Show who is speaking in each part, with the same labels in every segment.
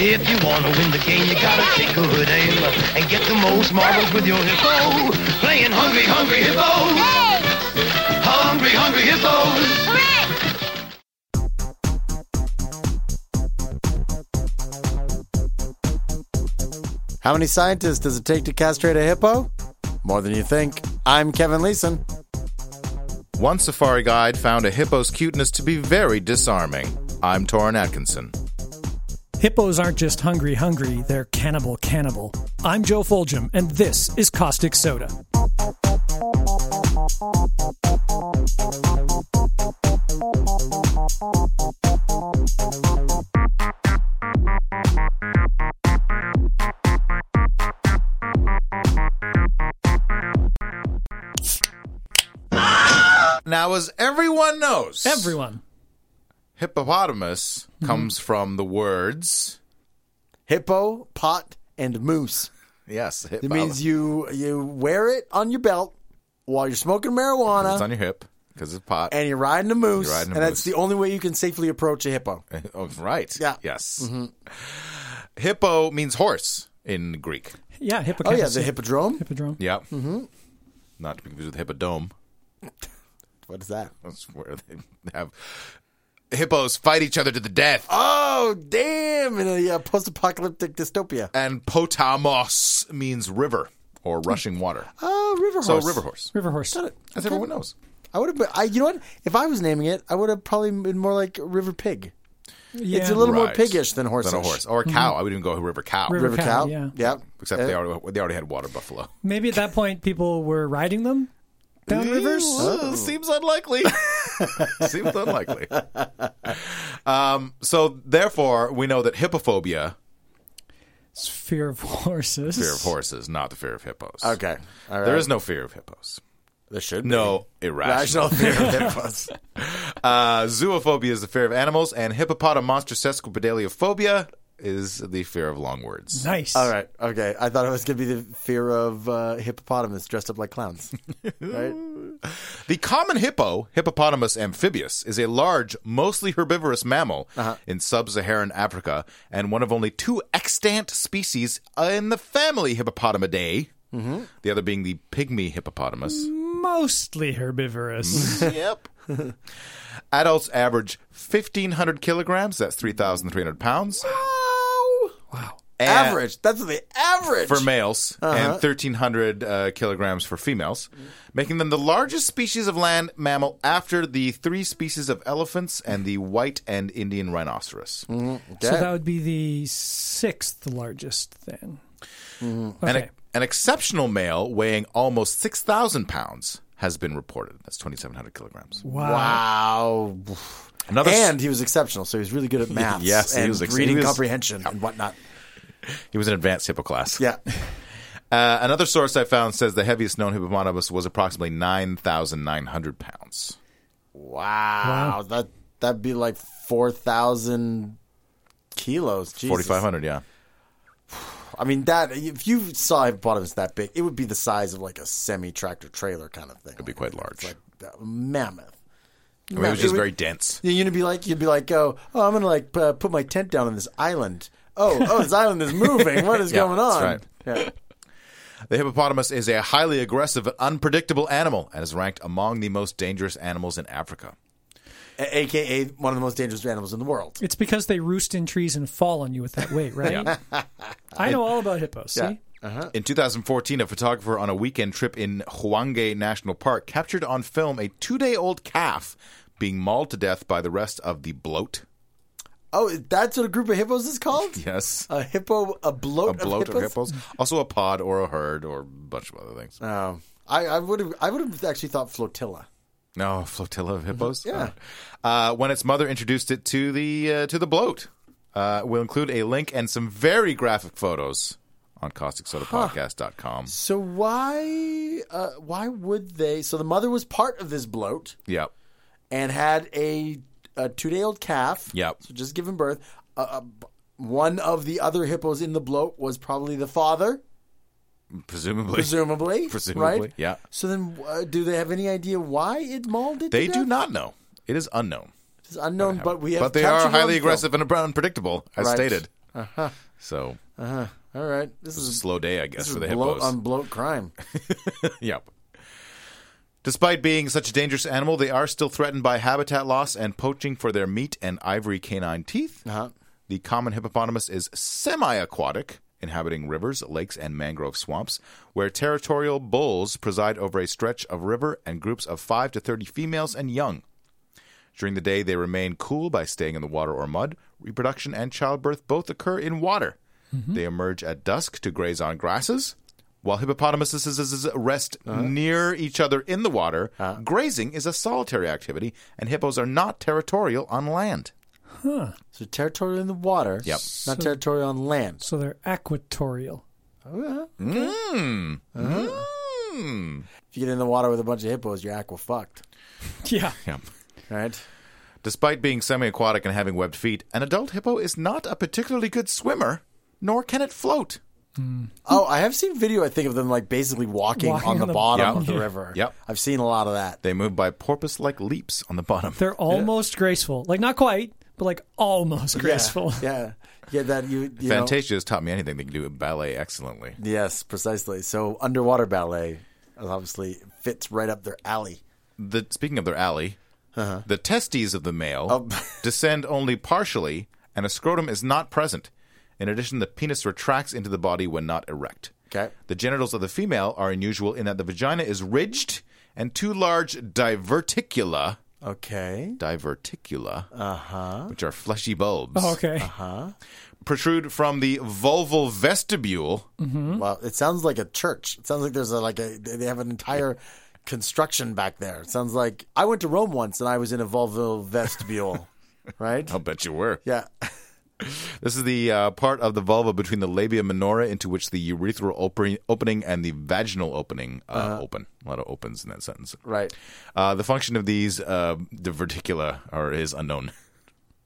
Speaker 1: If you wanna win the game, you gotta take a hood aim and get the most marbles with your hippo. Playing hungry, hungry hippos.
Speaker 2: Hey!
Speaker 1: Hungry, hungry hippos.
Speaker 2: Hooray!
Speaker 3: How many scientists does it take to castrate a hippo? More than you think. I'm Kevin Leeson.
Speaker 4: One safari guide found a hippo's cuteness to be very disarming. I'm Torrin Atkinson.
Speaker 5: Hippos aren't just hungry, hungry, they're cannibal, cannibal. I'm Joe Foljam, and this is Caustic Soda.
Speaker 4: Now, as everyone knows,
Speaker 5: Everyone.
Speaker 4: hippopotamus
Speaker 3: Mm-hmm.
Speaker 4: comes from the words.
Speaker 3: Hippo, pot, and moose.
Speaker 4: Yes, hippo.
Speaker 3: It means you you wear it on your belt while you're smoking marijuana
Speaker 4: It's on your hip because it's pot.
Speaker 3: and you're riding a moose,
Speaker 4: You're riding a
Speaker 3: and that's
Speaker 4: moose.
Speaker 3: the only way you can safely approach a hippo.
Speaker 4: oh, right.
Speaker 3: Yeah. Mm-hmm.
Speaker 4: Yes. Hippo means horse in Greek.
Speaker 5: Yeah,
Speaker 3: Oh
Speaker 5: hippocampus.
Speaker 3: yeah, the hippodrome.
Speaker 5: hippodrome.
Speaker 4: Yeah. Mm-hmm. Not to be confused with hippodome.
Speaker 3: What is that?
Speaker 4: That's where they have hippos fight each other to the death.
Speaker 3: Oh damn! In a uh, post-apocalyptic dystopia.
Speaker 4: And potamos means river or rushing water.
Speaker 3: Oh, river horse.
Speaker 4: So river horse,
Speaker 5: River horse.
Speaker 4: as everyone knows.
Speaker 3: I would have. I you know what? If I was naming it, I would have probably been more like river pig.
Speaker 5: Yeah.
Speaker 3: It's a little more
Speaker 4: Right.
Speaker 3: piggish than horse.
Speaker 4: Than a horse or a cow. I would even go river cow.
Speaker 5: River
Speaker 3: River
Speaker 5: cow,
Speaker 3: cow.
Speaker 5: yeah.
Speaker 3: Yep.
Speaker 4: Except they already they already had water buffalo.
Speaker 5: Maybe at that point people were riding them down rivers.
Speaker 4: Uh, Seems unlikely. Seems unlikely. Um, so therefore, we know that hippophobia,
Speaker 5: It's fear of horses.
Speaker 4: fear of horses, not the fear of hippos.
Speaker 3: Okay. All right.
Speaker 4: There is no fear of hippos.
Speaker 3: There should be.
Speaker 4: No
Speaker 3: Rational
Speaker 4: irrational.
Speaker 3: fear of hippos.
Speaker 4: Uh, zoophobia is the fear of animals, and hippopotamonstrosesquipedaliophobia is the fear of long words.
Speaker 5: Nice.
Speaker 3: All right. Okay. I thought it was going to be the fear of uh, hippopotamus dressed up like clowns. right?
Speaker 4: The common hippo, Hippopotamus amphibius, is a large, mostly herbivorous mammal
Speaker 3: Uh-huh.
Speaker 4: in sub Saharan Africa and one of only two extant species in the family Hippopotamidae,
Speaker 3: Mm-hmm.
Speaker 4: the other being the pygmy hippopotamus.
Speaker 5: Mostly
Speaker 3: Mm-hmm.
Speaker 5: herbivorous.
Speaker 4: yep. Adults average 1,500 kilograms, that's 3,300 pounds.
Speaker 3: Wow.
Speaker 4: and-
Speaker 3: Average. That's the average.
Speaker 4: For males and 1,300 uh, kilograms for females, making them the largest species of land mammal after the three species of elephants and the white and Indian rhinoceros.
Speaker 5: so that would be the sixth largest then.
Speaker 3: Mm-hmm.
Speaker 4: An,
Speaker 5: Okay.
Speaker 4: an exceptional male weighing almost 6,000 pounds has been reported. That's 2,700 kilograms.
Speaker 5: wow.
Speaker 3: Wow.
Speaker 4: Another s-
Speaker 3: And he was exceptional, so he was really good at math.
Speaker 4: Yes, he
Speaker 3: and
Speaker 4: was ex-
Speaker 3: reading
Speaker 4: he was-
Speaker 3: comprehension and whatnot.
Speaker 4: he was an advanced hippo class.
Speaker 3: Yeah.
Speaker 4: Uh, another source I found says the heaviest known hippopotamus was approximately 9,900 pounds.
Speaker 3: Wow. That that'd be like four thousand kilos. Jesus.
Speaker 4: 4,500, yeah.
Speaker 3: I mean, that if you saw a hippopotamus that big, it would be the size of like a semi tractor trailer kind of thing. It'd
Speaker 4: be quite large.
Speaker 3: like a mammoth.
Speaker 4: I mean, it was just very dense.
Speaker 3: You're gonna be like, you'd be like, oh, oh I'm gonna like p- uh, put my tent down on this island. Oh, oh, this island is moving. What is
Speaker 4: Yeah,
Speaker 3: going
Speaker 4: that's
Speaker 3: on?
Speaker 4: right.
Speaker 3: Yeah.
Speaker 4: The hippopotamus is a highly aggressive and unpredictable animal and is ranked among the most dangerous animals in Africa.
Speaker 3: A- AKA one of the most dangerous animals in the world.
Speaker 5: It's because they roost in trees and fall on you with that weight, right? I know all about hippos. See?
Speaker 4: In 2014, a photographer on a weekend trip in Huanghe National Park captured on film a two day old calf being mauled to death by the rest of the bloat.
Speaker 3: Oh, that's what a group of hippos is called?
Speaker 4: Yes.
Speaker 3: A hippo, a
Speaker 4: A
Speaker 3: bloat,
Speaker 4: bloat
Speaker 3: of
Speaker 4: or
Speaker 3: hippos.
Speaker 4: hippos. Also a pod or a herd or a bunch of other things.
Speaker 3: Oh, I, I would have, I would have actually thought flotilla.
Speaker 4: No, flotilla of hippos.
Speaker 3: Mm-hmm. Yeah.
Speaker 4: Uh, when its mother introduced it to the uh, to the bloat, uh, we'll include a link and some very graphic photos on causticsodapodcast.com.
Speaker 3: So why, uh, why would they? So the mother was part of this bloat.
Speaker 4: Yep.
Speaker 3: and had a, a two day old calf.
Speaker 4: Yep.
Speaker 3: So just given birth. Uh, uh, b- one of the other hippos in the bloat was probably the father,
Speaker 4: Presumably.
Speaker 3: presumably.
Speaker 4: Presumably,
Speaker 3: right?
Speaker 4: yeah.
Speaker 3: So then, uh, do they have any idea why it mauled it?
Speaker 4: they
Speaker 3: to
Speaker 4: do
Speaker 3: death?
Speaker 4: not know. It is unknown.
Speaker 3: It's unknown, but we have.
Speaker 4: but they are
Speaker 3: captured it on
Speaker 4: highly
Speaker 3: film.
Speaker 4: aggressive and unpredictable, as
Speaker 3: Right. Uh-huh.
Speaker 4: stated. So
Speaker 3: All right. This is
Speaker 4: it's a slow day, I guess,
Speaker 3: This
Speaker 4: for
Speaker 3: is
Speaker 4: the
Speaker 3: bloat
Speaker 4: hippos.
Speaker 3: on bloat crime.
Speaker 4: yep. Despite being such a dangerous animal, they are still threatened by habitat loss and poaching for their meat and ivory canine teeth.
Speaker 3: Uh-huh.
Speaker 4: The common hippopotamus is semi aquatic, inhabiting rivers, lakes, and mangrove swamps, where territorial bulls preside over a stretch of river and groups of 5 to 30 females and young. During the day, they remain cool by staying in the water or mud. Reproduction and childbirth both occur in water. They emerge at dusk to graze on grasses, while hippopotamuses rest near each other in the water. Grazing is a solitary activity, and hippos are not territorial on land.
Speaker 3: So territorial in the water.
Speaker 4: Yep.
Speaker 3: Not territorial on land.
Speaker 5: So they're equatorial.
Speaker 4: Hmm.
Speaker 3: If you get in the water with a bunch of hippos, you're aqua fucked.
Speaker 5: Yeah.
Speaker 4: Yeah.
Speaker 3: Right?
Speaker 4: Despite being semi aquatic and having webbed feet, an adult hippo is not a particularly good swimmer, nor can it float.
Speaker 3: Oh, I have seen video. I think of them like basically walking,
Speaker 5: Walking
Speaker 3: on the
Speaker 5: on the-
Speaker 3: bottom
Speaker 4: Yep.
Speaker 3: of the
Speaker 4: Yeah.
Speaker 3: river.
Speaker 4: Yep.
Speaker 3: I've seen a lot of that.
Speaker 4: They move by porpoise like leaps on the bottom.
Speaker 5: They're almost graceful. Like, not quite, but like almost graceful.
Speaker 3: Yeah, yeah. That you, you know.
Speaker 4: Fantasia has taught me anything. They can do ballet excellently.
Speaker 3: Yes, precisely. So underwater ballet obviously fits right up their alley.
Speaker 4: the speaking of their alley, the testes of the male descend only partially, and a scrotum is not present. In addition, the penis retracts into the body when not erect.
Speaker 3: Okay.
Speaker 4: The genitals of the female are unusual in that the vagina is ridged and two large diverticula,
Speaker 3: Okay.
Speaker 4: diverticula,
Speaker 3: Uh-huh.
Speaker 4: which are fleshy bulbs,
Speaker 5: Oh, okay.
Speaker 4: protrude from the vulval vestibule.
Speaker 5: Mm-hmm. Hmm?
Speaker 3: Well, it sounds like a church. It sounds like there's a, like a they they have an entire construction back there. It sounds like I went to Rome once and I was in a vulval vestibule. right?
Speaker 4: I'll bet you were.
Speaker 3: Yeah.
Speaker 4: This is the uh, part of the vulva between the labia minora into which the urethral opening, opening and the vaginal opening uh, open. A lot of opens in that sentence.
Speaker 3: Uh-huh. Right.
Speaker 4: Uh, the function of these uh, diverticula are, is unknown.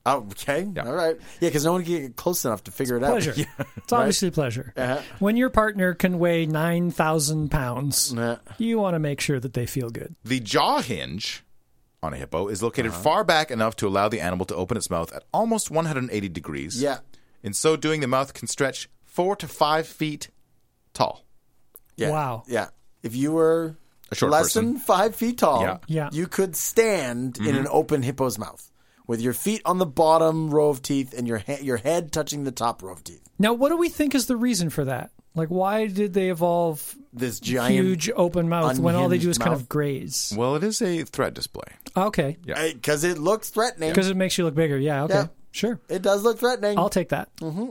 Speaker 3: Oh, okay. All right. Yeah, because no one can get close enough to figure it out.
Speaker 5: Pleasure. It's obviously pleasure.
Speaker 3: Uh-huh.
Speaker 5: When your partner can weigh 9,000 pounds,
Speaker 3: Yeah.
Speaker 5: you want to make sure that they feel good.
Speaker 4: The jaw hinge on a hippo is located
Speaker 3: Uh-huh.
Speaker 4: far back enough to allow the animal to open its mouth at almost 180 degrees.
Speaker 3: Yeah.
Speaker 4: In so doing, the mouth can stretch four to five feet tall.
Speaker 3: Yeah.
Speaker 5: Wow.
Speaker 3: Yeah. If you were
Speaker 4: A short
Speaker 3: less
Speaker 4: person.
Speaker 3: than five feet tall,
Speaker 4: Yeah. Mm-hmm.
Speaker 5: Yeah.
Speaker 3: you could stand in an open hippo's mouth with your feet on the bottom row of teeth and your he- your head touching the top row of teeth.
Speaker 5: Now, what do we think is the reason for that? Like, why did they evolve
Speaker 3: This giant
Speaker 5: huge open mouth when all they do is
Speaker 3: unhinged
Speaker 5: kind of
Speaker 3: mouth.
Speaker 5: graze?
Speaker 4: Well, it is a thread display.
Speaker 5: Okay.
Speaker 3: because it looks threatening.
Speaker 5: Because it makes you look bigger. Yeah. Okay.
Speaker 3: Yeah. Mm.
Speaker 5: Sure.
Speaker 3: It does look threatening.
Speaker 5: I'll take that.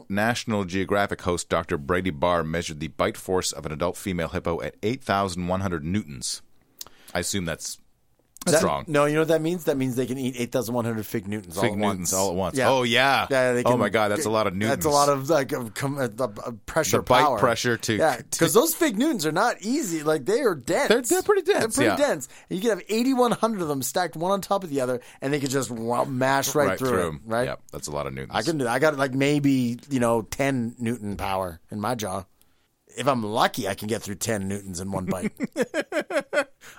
Speaker 4: National Geographic host Dr. Brady Barr measured the bite force of an adult female hippo at 8,100 newtons. I assume that's
Speaker 3: That-
Speaker 4: strong.
Speaker 3: No, you know what that means? That means they can eat eight thousand one hundred fig newtons all
Speaker 4: Fig
Speaker 3: at
Speaker 4: newtons
Speaker 3: once.
Speaker 4: all at once. Oh, yeah.
Speaker 3: they
Speaker 4: Oh,
Speaker 3: can-
Speaker 4: my God, that's a lot of newtons.
Speaker 3: That's a lot of like of com- uh, uh, uh, pressure,
Speaker 4: The bite
Speaker 3: power.
Speaker 4: pressure to-
Speaker 3: yeah, because those fig newtons are not easy. Like they are dense.
Speaker 4: They're- they're pretty dense,
Speaker 3: They're pretty
Speaker 4: yeah.
Speaker 3: dense. And you can have eighty one hundred of them stacked one on top of the other, and they could just wa- mash right, through, it, right.
Speaker 4: Yep, that's a lot of newtons.
Speaker 3: I couldn't do that. I got like maybe you know ten newton power in my jaw. If I'm lucky, I can get through ten newtons in one bite.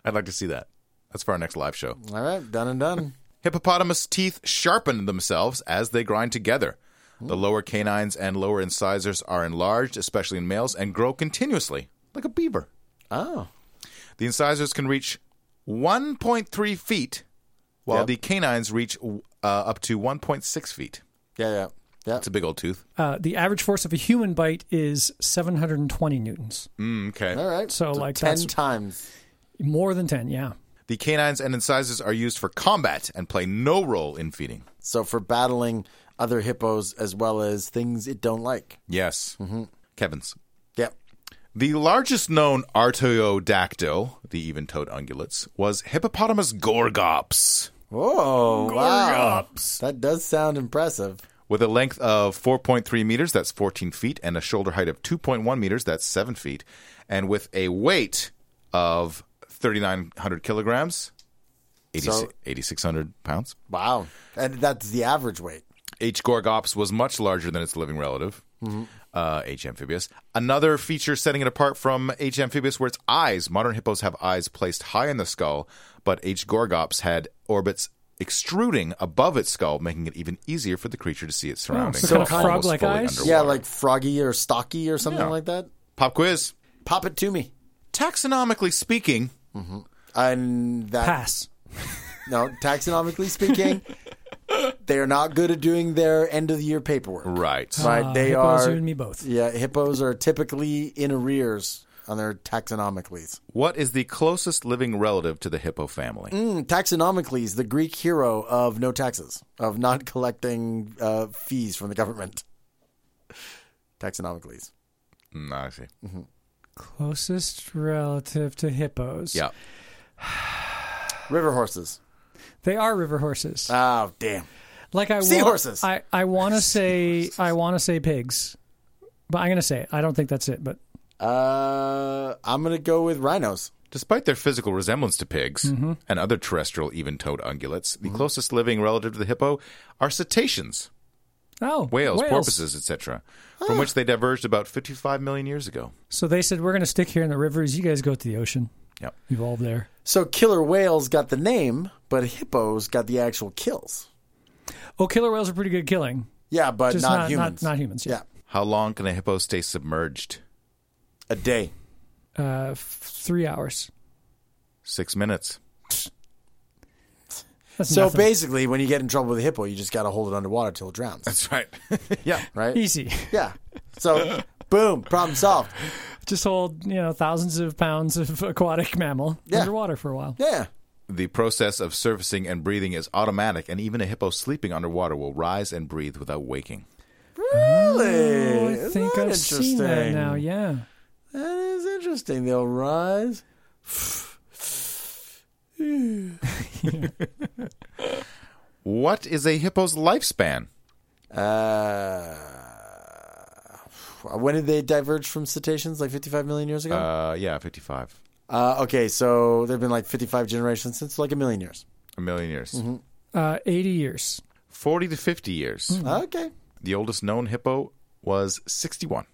Speaker 4: I'd like to see that. That's for our next live show.
Speaker 3: all right, done and done.
Speaker 4: Hippopotamus teeth sharpen themselves as they grind together. The
Speaker 3: Hmm.
Speaker 4: lower canines and lower incisors are enlarged, especially in males, and grow continuously, like a beaver.
Speaker 3: Oh,
Speaker 4: The incisors can reach 1.3 feet, while
Speaker 3: Yep.
Speaker 4: the canines reach uh, up to 1.6 feet.
Speaker 3: yeah, yeah, yeah.
Speaker 4: That's a big old tooth.
Speaker 5: Uh, the average force of a human bite is 720 newtons.
Speaker 3: Mm.
Speaker 4: Hmm, Okay.
Speaker 3: All right.
Speaker 5: So, like,
Speaker 3: ten
Speaker 5: that's-
Speaker 3: times.
Speaker 5: More than 10. Yeah.
Speaker 4: The canines and incisors are used for combat and play no role in feeding.
Speaker 3: So for battling other hippos as well as things it don't like.
Speaker 4: Yes.
Speaker 3: Mm-hmm.
Speaker 4: Kevin's.
Speaker 3: Yep.
Speaker 4: The largest known artiodactyl, the even toed ungulates, was Hippopotamus gorgops,
Speaker 3: Whoa! Wow. That does sound impressive.
Speaker 4: with a length of 4.3 meters, that's 14 feet, and a shoulder height of 2.1 meters, that's 7 feet, and with a weight of 3,900 kilograms, 86
Speaker 3: So-
Speaker 4: 8,600 pounds.
Speaker 3: Wow. And that's the average weight.
Speaker 4: H. gorgops was much larger than its living relative, uh, H. amphibious. Another feature setting it apart from H. amphibious were its eyes. Modern hippos have eyes placed high in the skull, but H. gorgops had orbits extruding above its skull, making it even easier for the creature to see its surroundings.
Speaker 5: Oh, so
Speaker 4: It's
Speaker 5: kind of
Speaker 4: almost
Speaker 5: frog-like
Speaker 4: fully
Speaker 5: eyes?
Speaker 3: Yeah,
Speaker 4: underwater.
Speaker 3: like froggy or stocky or something
Speaker 4: Yeah.
Speaker 3: like that.
Speaker 4: pop quiz.
Speaker 3: Pop it to me.
Speaker 4: Taxonomically speaking,
Speaker 3: And that
Speaker 5: Pass.
Speaker 3: no, taxonomically speaking, they are not good at doing their end of the year paperwork.
Speaker 4: right?
Speaker 3: Right?
Speaker 5: Uh,
Speaker 3: they
Speaker 5: hippos,
Speaker 3: are.
Speaker 5: You and me both.
Speaker 3: Yeah, hippos are typically in arrears on their taxonomicalies.
Speaker 4: What is the closest living relative to the hippo family?
Speaker 3: Mm, Taxonomicles, the Greek hero of no taxes, of not collecting uh, fees from the government. Taxonomicles.
Speaker 4: Mm, I see.
Speaker 5: Closest relative to hippos.
Speaker 4: Yeah.
Speaker 3: River horses.
Speaker 5: They are river horses.
Speaker 3: Oh, damn.
Speaker 5: like I wa-
Speaker 3: seahorses.
Speaker 5: I, I want to say I want to say pigs, but I'm gonna say it. I don't think that's it. But
Speaker 3: Uh, I'm going to go with rhinos.
Speaker 4: Despite their physical resemblance to pigs and other terrestrial even-toed ungulates, the closest living relative to the hippo are cetaceans,
Speaker 5: oh,
Speaker 4: whales, Ah. porpoises, etc., from which they diverged about 55 million years ago.
Speaker 5: So they said we're gonna stick here in the rivers. You guys go to the ocean.
Speaker 4: Yep.
Speaker 5: Evolve there.
Speaker 3: So killer whales got the name, but hippos got the actual kills.
Speaker 5: Oh, killer whales are pretty good at killing.
Speaker 3: Yeah, but
Speaker 5: Just
Speaker 3: not,
Speaker 5: not-
Speaker 3: humans.
Speaker 5: not- not humans, yeah.
Speaker 3: Yeah.
Speaker 4: How long can a hippo stay submerged?
Speaker 3: A day.
Speaker 5: Uh, f- three hours.
Speaker 4: Six minutes.
Speaker 5: That's
Speaker 3: So
Speaker 5: nothing.
Speaker 3: basically, when you get in trouble with a hippo, you just got to hold it underwater till it drowns,
Speaker 4: That's right. yeah.
Speaker 3: right?
Speaker 5: easy.
Speaker 3: Yeah. So, boom, problem solved.
Speaker 5: Just hold you know thousands of pounds of aquatic mammal
Speaker 3: Yeah.
Speaker 5: underwater for a while.
Speaker 3: Yeah.
Speaker 4: The process of surfacing and breathing is automatic, and even a hippo sleeping underwater will rise and breathe without waking.
Speaker 3: Really?
Speaker 5: Oh, I think I've seen that
Speaker 3: interesting?
Speaker 5: now. Yeah.
Speaker 3: That is interesting. They'll rise.
Speaker 4: What is a hippo's lifespan?
Speaker 3: Uh, when did they diverge from cetaceans? Like 55 million years ago? Uh,
Speaker 4: Uh, yeah, 55.
Speaker 3: okay, so there have been like 55 generations since like a million years.
Speaker 4: A million years.
Speaker 5: Uh, 80 years.
Speaker 4: 40 to 50 years.
Speaker 5: Mm-hmm.
Speaker 3: Okay.
Speaker 4: The oldest known hippo was 61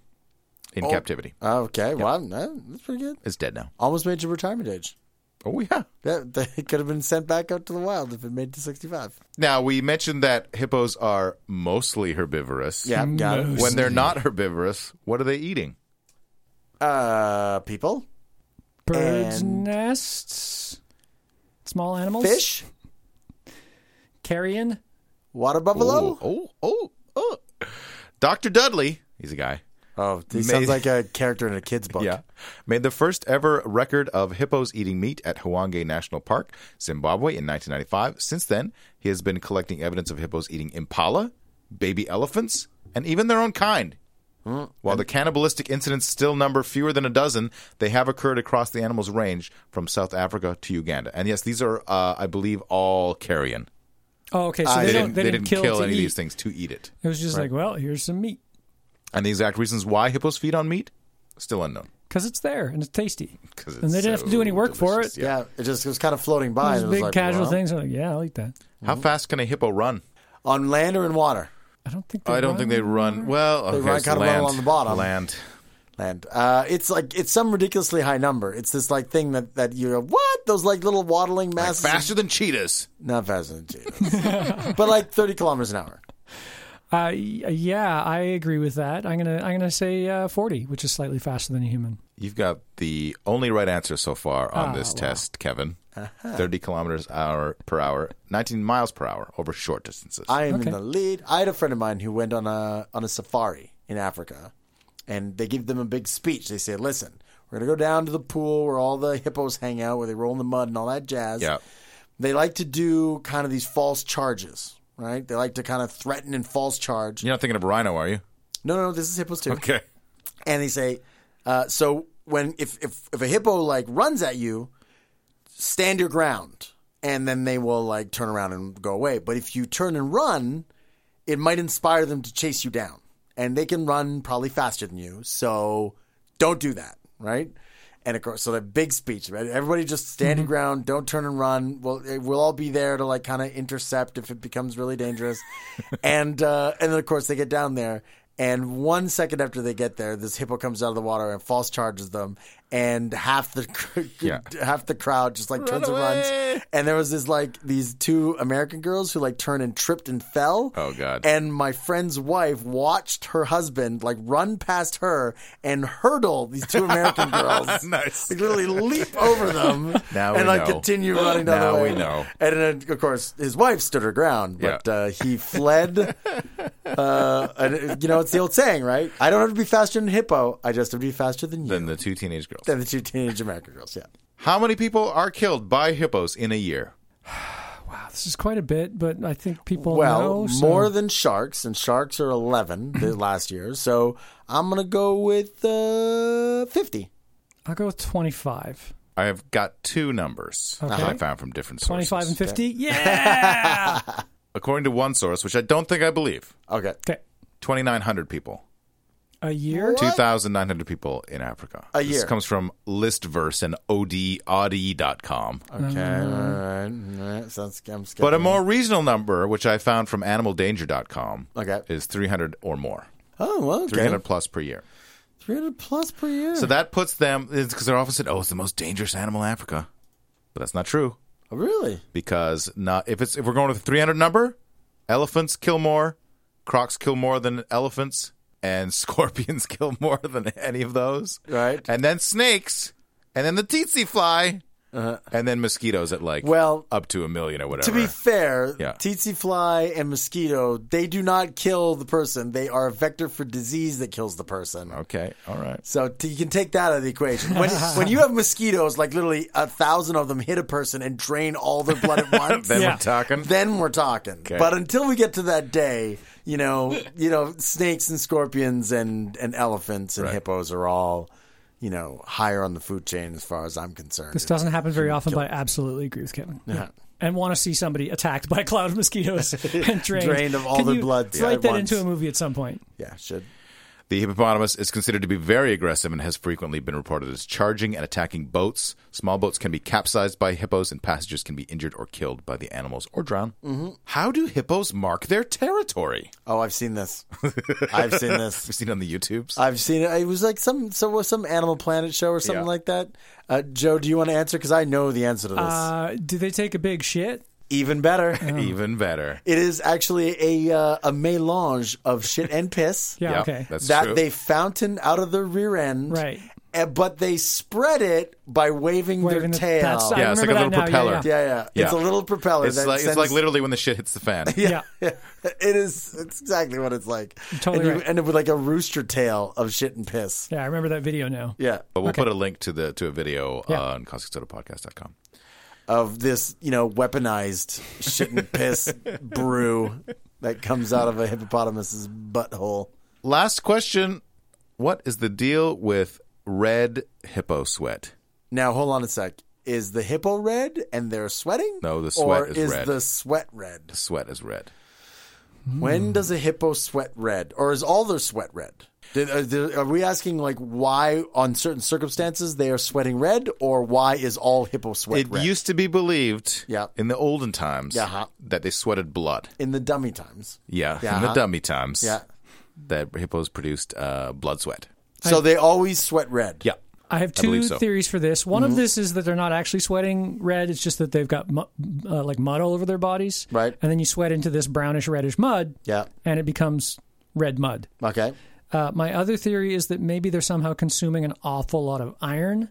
Speaker 4: in captivity.
Speaker 3: Okay, well, that- that's pretty good.
Speaker 4: It's dead now.
Speaker 3: Almost made your retirement age.
Speaker 4: Oh, yeah.
Speaker 3: That, they could have been sent back out to the wild if it made to 65.
Speaker 4: Now, we mentioned that hippos are mostly herbivorous.
Speaker 3: Yeah, got it.
Speaker 4: When they're not herbivorous, what are they eating?
Speaker 3: Uh, people?
Speaker 5: Birds'
Speaker 3: And-
Speaker 5: nests. Small animals.
Speaker 3: Fish?
Speaker 5: Carrion.
Speaker 3: Water buffalo?
Speaker 4: Oh, oh, oh. Dr. Dudley, he's a guy.
Speaker 3: Oh, he
Speaker 4: Made-
Speaker 3: sounds like a character in a kid's book.
Speaker 4: Yeah. Made the first ever record of hippos eating meat at Hwange National Park, Zimbabwe in 1995. Since then, he has been collecting evidence of hippos eating impala, baby elephants, and even their own kind.
Speaker 5: Hmm.
Speaker 4: While the cannibalistic incidents still number fewer than a dozen, they have occurred across the animal's range from South Africa to Uganda. And yes, these are, uh, I believe, all carrion.
Speaker 5: Oh, okay. So
Speaker 3: I-
Speaker 4: They
Speaker 5: they, don't,
Speaker 4: didn't,
Speaker 5: they
Speaker 4: they didn't kill,
Speaker 5: to
Speaker 4: any
Speaker 5: eat.
Speaker 4: of these things to eat it.
Speaker 5: It was just like, well, here's some meat
Speaker 4: And the exact reasons why hippos feed on meat, still unknown.
Speaker 5: because it's there and it's tasty.
Speaker 4: 'Cause
Speaker 5: And they
Speaker 4: it's
Speaker 5: didn't have to
Speaker 4: so
Speaker 5: do any work for
Speaker 4: delicious.
Speaker 5: it.
Speaker 3: Yeah, it just was kind of floating by.
Speaker 5: Those
Speaker 3: and it was
Speaker 5: big
Speaker 3: like,
Speaker 5: casual
Speaker 3: well,
Speaker 5: things. I'm like, yeah, I'll eat that.
Speaker 4: How
Speaker 3: Mm-hmm.
Speaker 4: fast can a hippo run?
Speaker 3: On land or in water?
Speaker 5: I don't think. They
Speaker 4: I don't
Speaker 5: run.
Speaker 4: think they run well. Okay,
Speaker 3: run-
Speaker 4: it's
Speaker 3: kinda run
Speaker 4: land,
Speaker 3: along the bottom.
Speaker 4: Land.
Speaker 3: Land. Uh, it's like it's some ridiculously high number. It's this like thing that that you go, what those like little waddling masses.
Speaker 4: Faster than cheetahs.
Speaker 3: Not faster than cheetahs, but like thirty kilometers an hour.
Speaker 5: Uh, y- yeah, I agree with that. I'm gonna I'm gonna say uh, 40, which is slightly faster than a human.
Speaker 4: You've got the only right answer so far
Speaker 3: Ah,
Speaker 4: on this test, Kevin.
Speaker 3: Uh-huh.
Speaker 4: 30 kilometers hour per hour, 19 miles per hour over short distances.
Speaker 3: I am in the lead. I had a friend of mine who went on a on a safari in Africa, and they give them a big speech. They say, "Listen, we're gonna go down to the pool where all the hippos hang out, where they roll in the mud and all that jazz."
Speaker 4: Yeah.
Speaker 3: They like to do kind of these false charges, right? They like to kind of threaten and false charge.
Speaker 4: You're not thinking of rhino, are you?
Speaker 3: No, no, this is hippos too.
Speaker 4: Okay.
Speaker 3: and they say, uh, so when if, if if a hippo like runs at you, stand your ground, and then they will like turn around and go away. But if you turn and run, it might inspire them to chase you down, and they can run probably faster than you. So don't do that, right? And of course, so that big speech, right? Everybody just stand your
Speaker 4: Mm-hmm.
Speaker 3: ground, don't turn and run. We'll eh, we'll all be there to like kind of intercept if it becomes really dangerous, and uh, and then of course they get down there, and one second after they get there, this hippo comes out of the water and false charges them, and half the cr-
Speaker 4: Yeah.
Speaker 3: half the crowd just like turns and
Speaker 4: away.
Speaker 3: runs. And there was this like these two American girls who like turned and tripped and fell.
Speaker 4: Oh, God.
Speaker 3: And my friend's wife watched her husband like run past her and hurdle these two American girls.
Speaker 4: Nice.
Speaker 3: Like literally leap over them
Speaker 4: Now we
Speaker 3: and like
Speaker 4: know.
Speaker 3: continue running down the
Speaker 4: Now
Speaker 3: way.
Speaker 4: we know.
Speaker 3: And then, of course, his wife stood her ground, but
Speaker 4: Yeah.
Speaker 3: uh, he fled. uh, and, it- you know, it's the old saying, right? I don't have to be faster than a hippo. I just have to be faster than you.
Speaker 4: Than the two teenage girls.
Speaker 3: than the two teenage American girls. Yeah.
Speaker 4: How many people are killed by hippos in a year?
Speaker 5: Ah, This is quite a bit, but I think people
Speaker 3: Well,
Speaker 5: know. so-
Speaker 3: more than sharks, and sharks are 11 the last year. So I'm going to go with uh, 50.
Speaker 5: I'll go with 25.
Speaker 4: I have got two numbers that I
Speaker 5: Okay.
Speaker 4: found from different sources.
Speaker 5: 25 and 50? Yeah!
Speaker 4: According to one source, which I don't think I believe,
Speaker 3: Okay.
Speaker 5: okay.
Speaker 4: 2,900 people.
Speaker 5: A year?
Speaker 4: 2,900 people in Africa.
Speaker 3: A
Speaker 4: This
Speaker 3: year.
Speaker 4: comes from Listverse and odaudy.com.
Speaker 3: Okay. All right. All right. Sounds, I'm scared.
Speaker 4: But a more reasonable number, which I found from animaldanger.com,
Speaker 3: Okay.
Speaker 4: is 300 or more.
Speaker 3: oh, well, okay.
Speaker 4: 300
Speaker 3: 300,
Speaker 4: plus per year.
Speaker 3: plus per year.
Speaker 4: So that puts them, because they're often said, oh, it's the most dangerous animal in Africa. But that's not true.
Speaker 3: Oh, really?
Speaker 4: because not if it's if we're going with the 300 number, elephants kill more, crocs kill more than elephants, and scorpions kill more than any of those.
Speaker 3: Right.
Speaker 4: And then snakes, and then the tsetse fly, and then mosquitoes at like
Speaker 3: Uh-huh. Well,
Speaker 4: up to a million or whatever.
Speaker 3: To be fair,
Speaker 4: Yeah.
Speaker 3: tsetse fly and mosquito, they do not kill the person. They are a vector for disease that kills the person.
Speaker 4: okay, all right.
Speaker 3: So t- you can take that out of the equation. When, when you have mosquitoes, like literally a thousand of them hit a person and drain all their blood at once,
Speaker 4: Then
Speaker 5: Yeah.
Speaker 4: we're talking.
Speaker 3: then we're talking. But until we get to that day, you know, you know, snakes and scorpions and, and elephants and
Speaker 4: Right.
Speaker 3: hippos are all, you know, higher on the food chain as far as I'm concerned.
Speaker 5: This doesn't happen very often, but I absolutely agree with Kevin. Yeah. And want to see somebody attacked by a cloud of mosquitoes and drained,
Speaker 3: Drained of all
Speaker 5: Can
Speaker 3: their
Speaker 5: you
Speaker 3: blood
Speaker 5: Write
Speaker 3: at
Speaker 5: that
Speaker 3: once.
Speaker 5: into a movie at some point.
Speaker 3: yeah, should.
Speaker 4: The hippopotamus is considered to be very aggressive and has frequently been reported as charging and attacking boats. Small boats can be capsized by hippos, and passengers can be injured or killed by the animals or drowned.
Speaker 3: Mm-hmm.
Speaker 4: How do hippos mark their territory?
Speaker 3: Oh, I've seen this. I've seen this.
Speaker 4: We've seen it on the YouTubes.
Speaker 3: I've seen it. It was like some so some Animal Planet show or something
Speaker 4: Yeah.
Speaker 3: like that. Uh, Joe, do you want to answer? Because I know the answer to this.
Speaker 5: Uh, do they take a big shit?
Speaker 3: Even better.
Speaker 4: Even better.
Speaker 3: It is actually a uh, a melange of shit and piss.
Speaker 5: Yeah,
Speaker 4: Yeah,
Speaker 5: okay.
Speaker 4: that's-
Speaker 3: that
Speaker 4: true.
Speaker 3: they fountain out of their rear end,
Speaker 5: Right.
Speaker 3: eh, But they spread it by waving,
Speaker 5: Waving
Speaker 3: their
Speaker 5: the-
Speaker 3: tail.
Speaker 5: that's- I
Speaker 4: Yeah, it's like
Speaker 5: remember
Speaker 4: a little
Speaker 5: that now. Yeah,
Speaker 4: propeller.
Speaker 3: yeah,
Speaker 5: yeah.
Speaker 3: yeah, It's a
Speaker 4: Yeah.
Speaker 3: little propeller.
Speaker 4: It's
Speaker 3: that
Speaker 4: like it's
Speaker 3: sends-
Speaker 4: like literally when the shit hits the fan.
Speaker 5: Yeah.
Speaker 3: it is. It's exactly what it's like.
Speaker 5: totally
Speaker 3: and you
Speaker 5: right.
Speaker 3: end up with like a rooster tail of shit and piss.
Speaker 5: Yeah, I remember that video now.
Speaker 3: Yeah,
Speaker 4: But we'll put a link to the to a video
Speaker 5: Yeah.
Speaker 4: on causticodapodcast.com.
Speaker 3: of this you know weaponized shit and piss brew that comes out of a hippopotamus's butthole.
Speaker 4: Last question. What is the deal with red hippo sweat?
Speaker 3: Now hold on a sec. Is the hippo red and they're sweating?
Speaker 4: No, the
Speaker 3: or
Speaker 4: sweat is red.
Speaker 3: the sweat red?
Speaker 4: Sweat is red.
Speaker 3: When does a hippo sweat red, or is all their sweat red? Did, are, did- are we asking like why on certain circumstances they are sweating red, or why is all hippo sweat
Speaker 4: It
Speaker 3: red
Speaker 4: used to be believed
Speaker 3: Yeah.
Speaker 4: in the olden times
Speaker 3: Yeah, huh.
Speaker 4: that they sweated blood.
Speaker 3: in the dummy times?
Speaker 4: Yeah,
Speaker 3: Yeah,
Speaker 4: in the
Speaker 3: huh.
Speaker 4: dummy times
Speaker 3: Yeah.
Speaker 4: that hippos produced uh, blood sweat.
Speaker 3: So they always sweat red.
Speaker 4: Yeah.
Speaker 5: I have two
Speaker 4: believe so.
Speaker 5: theories for this. One
Speaker 3: Mm-hmm.
Speaker 5: of this is that they're not actually sweating red; it's just that they've got mu- uh, like mud all over their bodies.
Speaker 3: Right.
Speaker 5: And then you sweat into this brownish reddish mud.
Speaker 3: Yeah.
Speaker 5: And it becomes red mud.
Speaker 3: Okay.
Speaker 5: Uh, my other theory is that maybe they're somehow consuming an awful lot of iron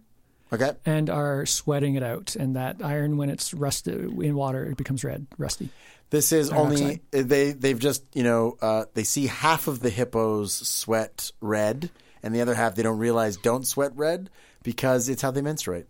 Speaker 3: Okay.
Speaker 5: and are sweating it out, and that iron, when it's rusted in water, it becomes red, rusty.
Speaker 3: This is
Speaker 5: oxide.
Speaker 3: only uh, they they've just you know uh, they see half of the hippos sweat red, and the other half they don't realize don't sweat red because it's how they menstruate.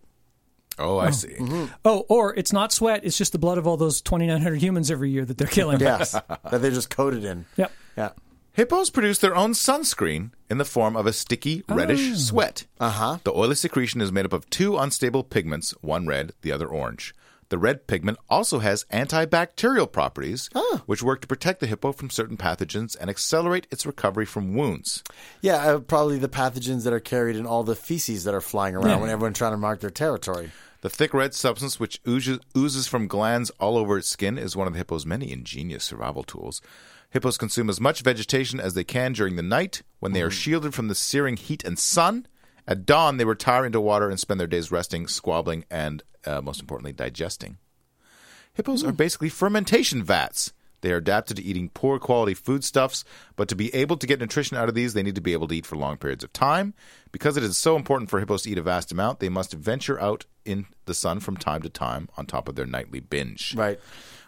Speaker 4: Oh, I see.
Speaker 5: Oh, or it's not sweat; it's just the blood of all those twenty nine hundred humans every year that they're killing.
Speaker 3: Yes, that they're just coated in.
Speaker 5: Yep.
Speaker 3: Yeah.
Speaker 4: Hippos produce their own sunscreen in the form of a sticky, reddish sweat. Uh huh. The oily secretion is made up of two unstable pigments, one red, the other orange. The red pigment also has antibacterial properties, which work to protect the hippo from certain pathogens and accelerate its recovery from wounds.
Speaker 3: Yeah, uh, probably the pathogens that are carried in all the feces that are flying around when everyone's trying to mark their territory.
Speaker 4: The thick red substance which oozes, oozes from glands all over its skin is one of the hippo's many ingenious survival tools. Hippos consume as much vegetation as they can during the night when they are shielded from the searing heat and sun, At dawn, they retire into water and spend their days resting, squabbling, and uh, most importantly, digesting. Hippos are basically fermentation vats. They are adapted to eating poor quality foodstuffs, but to be able to get nutrition out of these, they need to be able to eat for long periods of time. Because it is so important for hippos to eat a vast amount, they must venture out in the sun from time to time on top of their nightly binge.
Speaker 3: Right.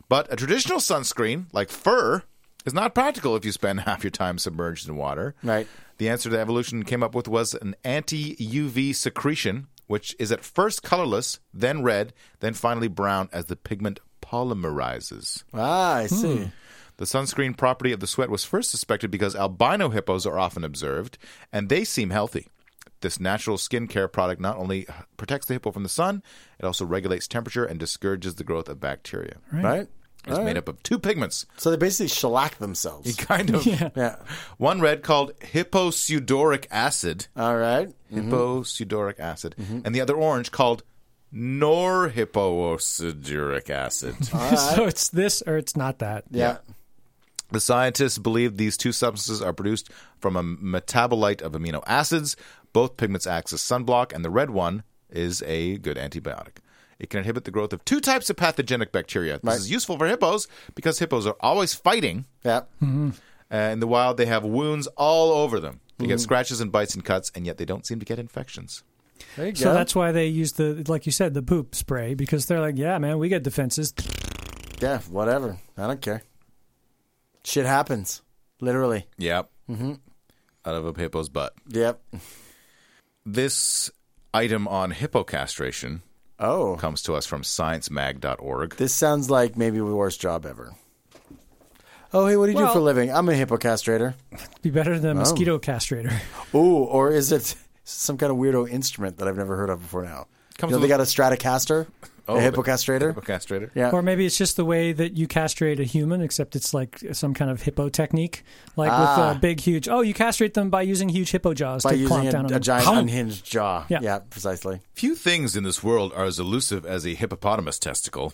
Speaker 4: But a traditional sunscreen, like fur, is not practical if you spend half your time submerged in water.
Speaker 3: Right.
Speaker 4: The answer that evolution came up with was an anti UV secretion, which is at first colorless, then red, then finally brown as the pigment polymerizes.
Speaker 3: Ah, I see.
Speaker 4: The sunscreen property of the sweat was first suspected because albino hippos are often observed, and they seem healthy. This natural skincare product not only protects the hippo from the sun, it also regulates temperature and discourages the growth of bacteria.
Speaker 3: Right.
Speaker 4: It's made up of two pigments,
Speaker 3: So they basically shellac themselves.
Speaker 4: kind of.
Speaker 3: Yeah.
Speaker 4: One red called hippopsudoric acid,
Speaker 3: All right.
Speaker 4: hippopsudoric acid,
Speaker 3: Mm-hmm.
Speaker 4: and the other orange called norhippopsudoric acid.
Speaker 5: so it's this or it's not that.
Speaker 3: Yeah.
Speaker 4: The scientists believe these two substances are produced from a metabolite of amino acids. Both pigments act as sunblock, and the red one is a good antibiotic. It can inhibit the growth of two types of pathogenic bacteria. This is useful for hippos because hippos are always fighting.
Speaker 3: Yeah.
Speaker 4: Uh, in the wild, they have wounds all over them. They get scratches and bites and cuts, and yet they don't seem to get infections.
Speaker 3: There you go.
Speaker 5: So that's why they use the, like you said, the poop spray because they're like, yeah, man, we get defenses.
Speaker 3: yeah, whatever. I don't care. Shit happens. Literally.
Speaker 4: Yep. Mm-hmm. Out of a hippo's butt.
Speaker 3: Yep.
Speaker 4: This item on hippo castration
Speaker 3: Oh.
Speaker 4: comes to us from sciencemag.org.
Speaker 3: This sounds like maybe the worst job ever. Oh, hey, what do you do
Speaker 5: Well-
Speaker 3: for a living? I'm a hippo castrator.
Speaker 5: Be better than a
Speaker 3: Oh.
Speaker 5: mosquito castrator.
Speaker 3: Ooh, or is it some kind of weirdo instrument that I've never heard of before now?
Speaker 4: Comes
Speaker 3: you know, they
Speaker 4: with-
Speaker 3: got a Stratocaster,
Speaker 4: Oh,
Speaker 3: a
Speaker 4: the-
Speaker 3: hippo castrator.
Speaker 4: Hippo castrator.
Speaker 3: Yeah.
Speaker 5: Or maybe it's just the way that you castrate a human, except it's like some kind of hippo technique, like
Speaker 3: Ah.
Speaker 5: with a big, huge. Oh, you castrate them by using huge hippo jaws
Speaker 3: By
Speaker 5: to clomp
Speaker 3: using
Speaker 5: down on
Speaker 3: a, a
Speaker 5: them.
Speaker 3: giant
Speaker 5: Hum!
Speaker 3: unhinged jaw.
Speaker 5: Yeah.
Speaker 3: yeah, precisely.
Speaker 4: Few things in this world are as elusive as a hippopotamus testicle.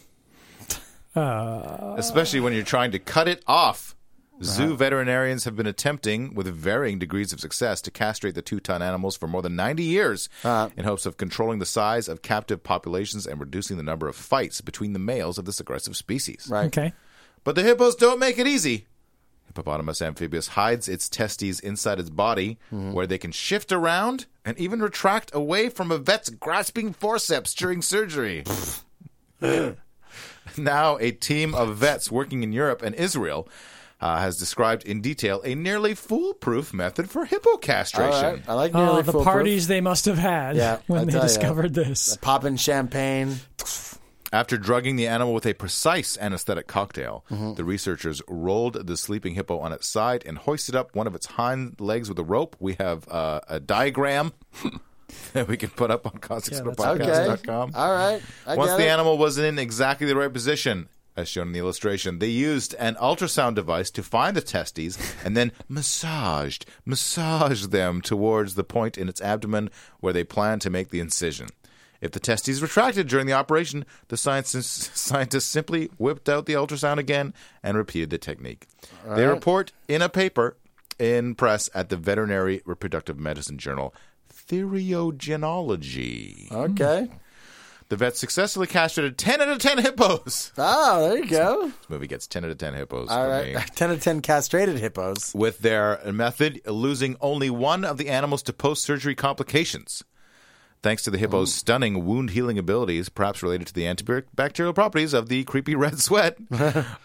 Speaker 4: Especially when you're trying to cut it off. Zoo veterinarians have been attempting, with varying degrees of success, to castrate the two ton animals for more than 90 years in hopes of controlling the size of captive populations and reducing the number of fights between the males of this aggressive species.
Speaker 3: Right.
Speaker 5: Okay.
Speaker 4: But the hippos don't make it easy. Hippopotamus amphibious hides its testes inside its body,
Speaker 3: Mm-hmm.
Speaker 4: where they can shift around and even retract away from a vet's grasping forceps during surgery. now, a team of vets working in Europe and Israel uh, has described in detail a nearly foolproof method for hippo
Speaker 3: All
Speaker 4: castration.
Speaker 3: right. I like nearly
Speaker 5: Oh, the
Speaker 3: foolproof.
Speaker 5: parties they must have had
Speaker 3: Yeah, I
Speaker 5: when they
Speaker 3: tell ya.
Speaker 5: discovered this.
Speaker 3: Popping champagne.
Speaker 4: After drugging the animal with a precise anesthetic cocktail, the researchers rolled the sleeping hippo on its side and hoisted up one of its hind legs with a rope. We have uh, a diagram that we can put up on
Speaker 3: Okay.
Speaker 4: constantpodcast.com.
Speaker 3: All right. I
Speaker 4: Once
Speaker 3: get
Speaker 4: the
Speaker 3: it.
Speaker 4: animal was in exactly the right position, as shown in the illustration, they used an ultrasound device to find the testes and then massaged, massaged them towards the point in its abdomen where they planned to make the incision. If the testes retracted during the operation, the scientists, scientists simply whipped out the ultrasound again and repeated the technique. They report in a paper in press at the Veterinary Reproductive Medicine Journal, Theriogenology.
Speaker 3: okay.
Speaker 4: The vet successfully castrated 10 out of 10 hippos.
Speaker 3: Oh, there you go.
Speaker 4: This movie gets 10 out of 10 hippos.
Speaker 3: All
Speaker 4: from
Speaker 3: right.
Speaker 4: me.
Speaker 3: 10 of 10 castrated hippos.
Speaker 4: With their method, losing only one of the animals to post surgery complications. Thanks to the hippo's stunning wound healing abilities, perhaps related to the antibacterial properties of the creepy red sweat,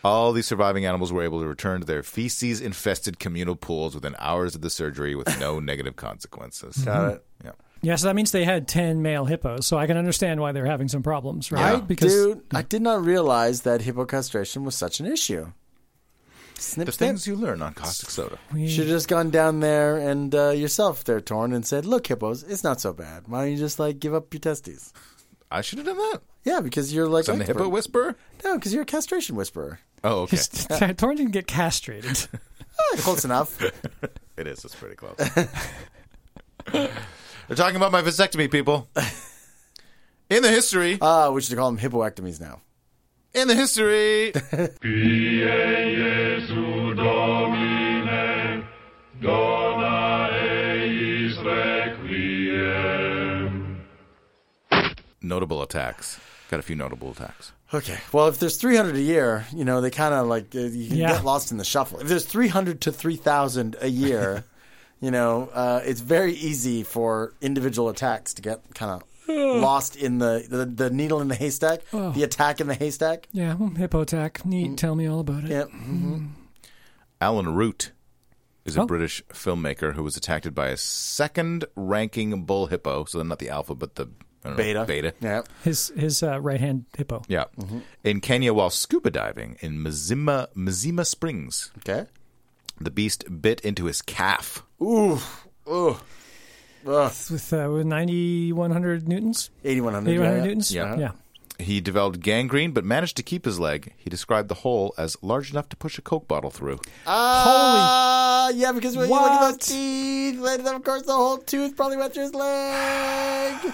Speaker 4: all the surviving animals were able to return to their feces infested communal pools within hours of the surgery with no negative consequences. Got it. Yeah.
Speaker 5: Yeah, so that means they had 10 male hippos, so I can understand why they're having some problems, right?
Speaker 4: Yeah.
Speaker 5: because
Speaker 3: Dude, I did not realize that hippo castration was such an issue. Snip,
Speaker 4: The
Speaker 3: snip.
Speaker 4: things you learn on caustic soda.
Speaker 3: Should have just gone down there and uh, yourself there, Torn, and said, "Look, hippos, it's not so bad. Why don't you just like give up your testes?"
Speaker 4: I should have done that.
Speaker 3: Yeah, because you're like
Speaker 4: It's on the
Speaker 3: expert.
Speaker 4: hippo whisperer.
Speaker 3: No, because you're a castration whisperer.
Speaker 4: Oh, okay.
Speaker 5: Torn didn't get castrated.
Speaker 3: Ah, Close enough.
Speaker 4: It is. It's pretty close. They're talking about my vasectomy, people. In the history,
Speaker 3: Ah, we should call them hippoectomies now.
Speaker 4: in the history,
Speaker 2: Jesu Domine, dona eis requiem.
Speaker 4: notable attacks. Got a few notable attacks.
Speaker 3: Okay. Well, if there's 300 a year, you know, they kind of like, uh, you can
Speaker 5: Yeah.
Speaker 3: get lost in the shuffle. If there's 300 to 3,000 a year, you know, uh, it's very easy for individual attacks to get kind of lost in the, the, the needle in the haystack,
Speaker 4: Oh.
Speaker 3: the attack in the haystack.
Speaker 5: Yeah, well, hippo attack. Neat. Tell me all about it.
Speaker 3: Mm. Yeah.
Speaker 4: Alan Root is a
Speaker 5: Oh.
Speaker 4: British filmmaker who was attacked by a second-ranking bull hippo. So not the alpha, but the I don't know,
Speaker 3: Beta.
Speaker 4: beta.
Speaker 3: Yeah. Mm-hmm.
Speaker 5: His his uh, right hand hippo.
Speaker 4: Yeah. In Kenya while scuba diving in Mazima Mazima Springs.
Speaker 3: Okay.
Speaker 4: The beast bit into his calf.
Speaker 3: Ooh. Ooh. Ugh.
Speaker 5: with uh, with 9100 newtons
Speaker 3: 8,100.
Speaker 5: 8100
Speaker 3: yeah, yeah.
Speaker 5: newtons
Speaker 4: Yeah.
Speaker 5: yeah
Speaker 4: He developed gangrene but managed to keep his leg. He described the hole as large enough to push a Coke bottle through.
Speaker 3: Uh, Ah, yeah, because when you look at
Speaker 5: What?
Speaker 3: those teeth, then of course the whole tooth probably went through his leg.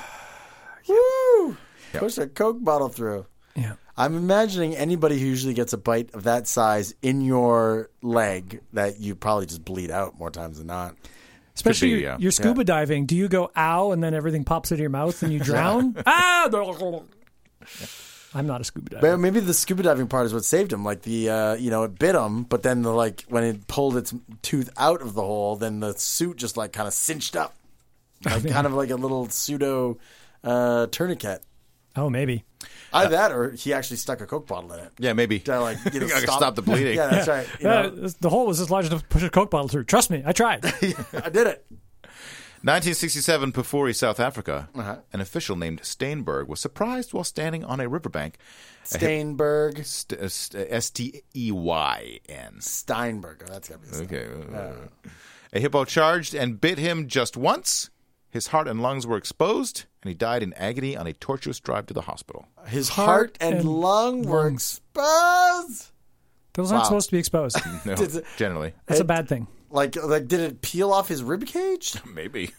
Speaker 3: Woo! Push a Coke bottle through.
Speaker 5: yeah
Speaker 3: I'm imagining anybody who usually gets a bite of that size in your leg that you probably just bleed out more times than not.
Speaker 5: especially
Speaker 4: be,
Speaker 5: your
Speaker 4: yeah.
Speaker 5: you're scuba diving do you go ow and then everything pops into your mouth and you drown ah i'm not a scuba diver
Speaker 3: But maybe the scuba diving part is what saved him. Like the, uh, you know, it bit him, but then the like when it pulled its tooth out of the hole, then the suit just like kind of cinched up, like kind of like a little pseudo uh, tourniquet.
Speaker 5: oh maybe
Speaker 3: Either that or he actually stuck a Coke bottle in it.
Speaker 4: Yeah, maybe.
Speaker 3: To like, you know,
Speaker 4: I can stop the bleeding.
Speaker 3: Yeah, that's right. Uh, You
Speaker 5: Yeah,
Speaker 3: know,
Speaker 5: Uh, the hole was as large enough to push a coke bottle through trust me i tried
Speaker 3: I did it.
Speaker 4: 1967, Pafori, South Africa.
Speaker 3: Uh-huh.
Speaker 4: An official named Steinberg was surprised while standing on a riverbank.
Speaker 3: Steinberg.
Speaker 4: St- uh, st- S T E Y N.
Speaker 3: Steinberg. Oh, that's got to be a Stein.
Speaker 4: Okay. uh, A hippo charged and bit him just once. His heart and lungs were exposed, and he died in agony on a tortuous drive to the hospital.
Speaker 3: His heart,
Speaker 5: Heart
Speaker 3: and,
Speaker 5: and
Speaker 3: lung were
Speaker 5: lungs.
Speaker 3: exposed.
Speaker 5: those aren't supposed to be exposed
Speaker 4: No, generally.
Speaker 5: that's a bad thing
Speaker 3: Like, like, did it peel off his rib cage?
Speaker 4: Maybe.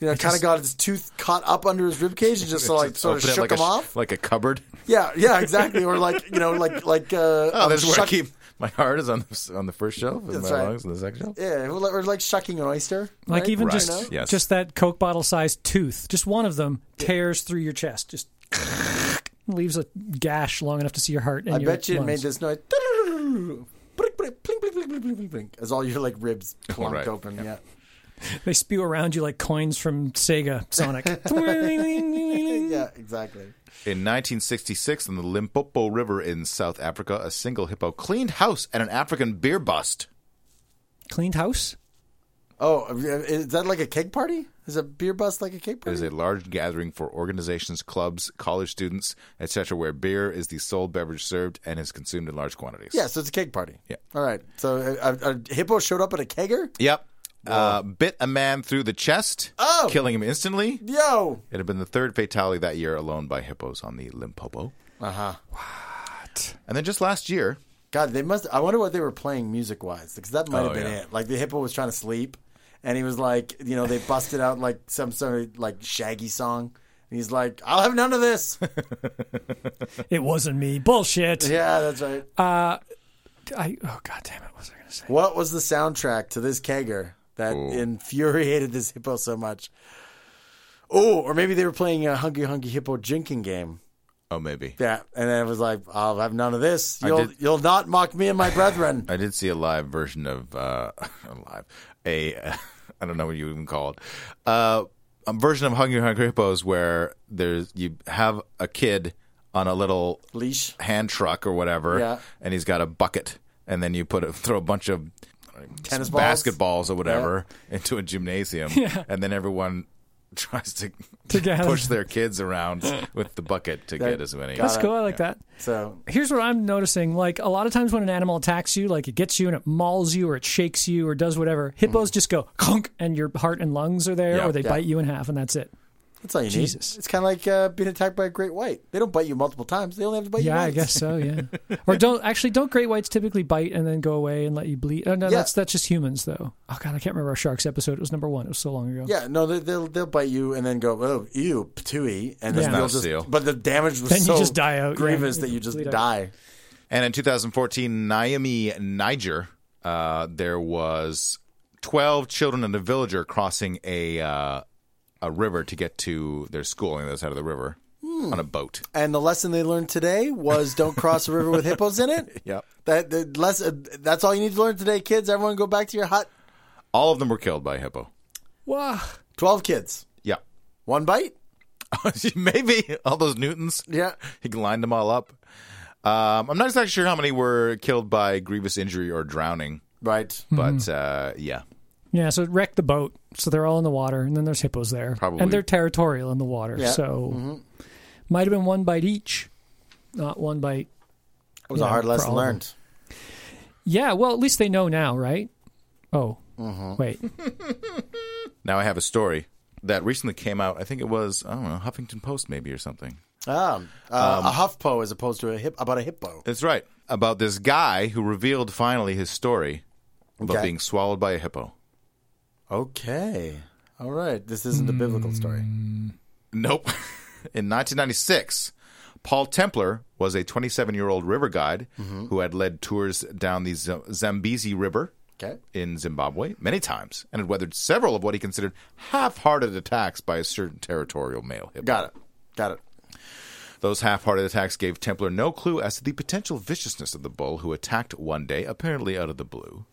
Speaker 3: You know, kind of got his tooth caught up under his rib cage and just so, like sort of
Speaker 4: Open it
Speaker 3: shook
Speaker 4: like
Speaker 3: him
Speaker 4: a,
Speaker 3: off.
Speaker 4: Like a cupboard.
Speaker 3: Yeah, yeah, exactly. Or like you know, like like uh,
Speaker 4: Oh,
Speaker 3: um,
Speaker 4: that's where I
Speaker 3: shuck-
Speaker 4: keep my heart is on the, on the first shelf and
Speaker 3: That's
Speaker 4: my
Speaker 3: right.
Speaker 4: lungs on the second shelf.
Speaker 3: Yeah, or like, or like shucking an oyster.
Speaker 5: like
Speaker 3: right?
Speaker 5: even
Speaker 4: Right.
Speaker 5: just
Speaker 4: Yes.
Speaker 5: just that coke bottle sized tooth just one of them tears through your chest just leaves a gash long enough to see your heart and
Speaker 3: I
Speaker 5: your
Speaker 3: bet you it made
Speaker 5: lungs.
Speaker 3: this noise. Blink, blink, blink, blink, blink, blink, blink, blink, As all your like ribs plonked
Speaker 4: Right.
Speaker 3: open. Yeah.
Speaker 5: They spew around you like coins from Sega Sonic.
Speaker 3: Yeah, exactly.
Speaker 4: In 1966, on the Limpopo River in South Africa, a single hippo cleaned house at an African beer bust.
Speaker 5: Cleaned house?
Speaker 3: Oh, is that like a cake party? Is a beer bus like a cake
Speaker 4: It
Speaker 3: party?
Speaker 4: is a large gathering for organizations, clubs, college students, etc., where beer is the sole beverage served and is consumed in large quantities.
Speaker 3: Yeah, so it's a cake party.
Speaker 4: Yeah.
Speaker 3: All right. So a, a, a hippo showed up at a kegger.
Speaker 4: Yep. Uh, bit a man through the chest,
Speaker 3: Oh!
Speaker 4: killing him instantly.
Speaker 3: Yo.
Speaker 4: It had been the third fatality that year alone by hippos on the Limpopo.
Speaker 3: Uh
Speaker 4: Uh-huh.
Speaker 3: huh.
Speaker 4: And then just last year,
Speaker 3: God, they must. I wonder what they were playing music wise, because that might
Speaker 4: Oh,
Speaker 3: have been
Speaker 4: yeah.
Speaker 3: it. Like the hippo was trying to sleep, and he was like, you know, they busted out like some sort of like shaggy song, and he's like, "I'll have none of this."
Speaker 5: It wasn't me. Bullshit.
Speaker 3: yeah, that's right.
Speaker 4: Uh,
Speaker 5: I, oh, God damn it. What was I going to say?
Speaker 3: what was the soundtrack to this kegger that infuriated this hippo so much? Oh, or maybe they were playing a hungry, hungry hippo drinking game.
Speaker 4: oh, maybe.
Speaker 3: Yeah, and then it was like, "I'll have none of this. You'll
Speaker 4: did-
Speaker 3: you'll not mock me and my brethren."
Speaker 4: I did see a live version of, uh, live, a, uh, I don't know what you even call it, uh, a version of Hungry Hungry Hippos where there's you have a kid on a little
Speaker 3: Leash.
Speaker 4: hand truck or whatever,
Speaker 3: Yeah.
Speaker 4: and he's got a bucket, and then you put a, throw a bunch of I don't know,
Speaker 3: Tennis
Speaker 4: s-
Speaker 3: balls?
Speaker 4: basketballs or whatever into a gymnasium, and then everyone tries to,
Speaker 5: To get-
Speaker 4: push their kids around with the bucket to get as many.
Speaker 5: That's cool. I like that.
Speaker 3: So
Speaker 5: Here's what I'm noticing. Like, a lot of times when an animal attacks you, like it gets you and it mauls you or it shakes you or does whatever, hippos
Speaker 3: Hmm.
Speaker 5: just go conk and your heart and lungs are there
Speaker 4: Yeah.
Speaker 5: or they
Speaker 4: Yeah.
Speaker 5: bite you in half and that's it.
Speaker 3: That's all you
Speaker 5: Jesus.
Speaker 3: need. It's kind of like uh, being attacked by a great white. They don't bite you multiple times. They only have to bite you
Speaker 5: Yeah,
Speaker 3: once.
Speaker 5: I guess so. Yeah. or don't, actually, don't great whites typically bite and then go away and let you bleed? Oh, no, that's, that's just humans, though. Oh, God, I can't remember our sharks episode. It was number one. It was so long ago.
Speaker 3: Yeah, no, they, they'll they'll bite you and then go, oh, ew, patooey, and then
Speaker 5: That's not
Speaker 3: you'll
Speaker 4: a
Speaker 3: just.
Speaker 4: seal.
Speaker 3: But the damage was
Speaker 5: Then you
Speaker 3: so
Speaker 5: just die out, yeah.
Speaker 3: grievous that you
Speaker 5: You
Speaker 3: just
Speaker 5: bleed out.
Speaker 3: die.
Speaker 4: And in 2014, Naomi Niger, uh, there was 12 children and a villager crossing a uh, a river to get to their school on the other side of the river. on a boat.
Speaker 3: And the lesson they learned today was don't cross a river with hippos in it.
Speaker 4: Yep.
Speaker 3: That the lesson, that's all you need to learn today, kids. Everyone go back to your hut.
Speaker 4: All of them were killed by a hippo.
Speaker 5: Wow.
Speaker 3: 12 kids.
Speaker 4: Yeah.
Speaker 3: One bite?
Speaker 4: Maybe all those Newtons.
Speaker 3: Yeah.
Speaker 4: He lined them all up. Um, I'm not exactly sure how many were killed by grievous injury or drowning,
Speaker 3: Right.
Speaker 4: but uh, yeah.
Speaker 5: Yeah, so it wrecked the boat. So they're all in the water, and then there's hippos there.
Speaker 4: Probably.
Speaker 5: And they're territorial in the water.
Speaker 3: Yeah.
Speaker 5: So
Speaker 3: Mm-hmm.
Speaker 5: might have been one bite each, not one bite.
Speaker 3: It was
Speaker 5: Yeah,
Speaker 3: a hard lesson
Speaker 5: problem.
Speaker 3: learned.
Speaker 5: Yeah, well, at least they know now, right? Oh,
Speaker 3: Mm-hmm.
Speaker 5: wait.
Speaker 4: Now I have a story that recently came out. I think it was, I don't know, Huffington Post maybe or something.
Speaker 3: Um, uh, a huffpo as opposed to a hip about a hippo.
Speaker 4: That's right. About this guy who revealed finally his story about
Speaker 3: Okay.
Speaker 4: being swallowed by a hippo.
Speaker 3: Okay. All right. This isn't a biblical story.
Speaker 5: um,
Speaker 4: Nope. In 1996, Paul Templer was a 27 year old river guide
Speaker 3: Mm-hmm.
Speaker 4: who had led tours down the Z- Zambezi River
Speaker 3: Okay.
Speaker 4: in Zimbabwe many times and had weathered several of what he considered half hearted attacks by a certain territorial male hippo.
Speaker 3: Got it. Got it.
Speaker 4: Those half hearted attacks gave Templar no clue as to the potential viciousness of the bull who attacked one day, apparently out of the blue.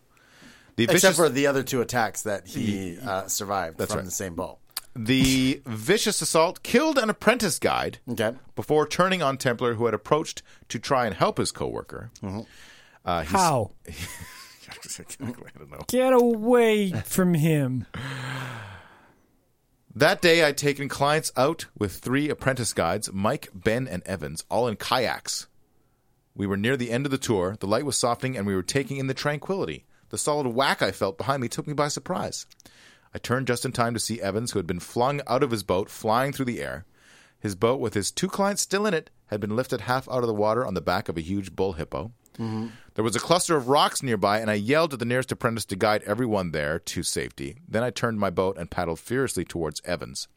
Speaker 4: The
Speaker 3: Except
Speaker 4: vicious-
Speaker 3: for the other two attacks that he uh, survived from the same bull.
Speaker 4: The vicious assault killed an apprentice guide
Speaker 3: Okay.
Speaker 4: before turning on Templar, who had approached to try and help his coworker. Uh, he's-
Speaker 5: How?
Speaker 4: Exactly, I don't know.
Speaker 5: Get away from him.
Speaker 4: That day, I'd taken clients out with three apprentice guides, Mike, Ben, and Evans, all in kayaks. We were near the end of the tour. The light was softening, and we were taking in the tranquility. The solid whack I felt behind me took me by surprise. I turned just in time to see Evans, who had been flung out of his boat, flying through the air. His boat, with his two clients still in it, had been lifted half out of the water on the back of a huge bull hippo. There was a cluster of rocks nearby, and I yelled at the nearest apprentice to guide everyone there to safety. Then I turned my boat and paddled furiously towards Evans.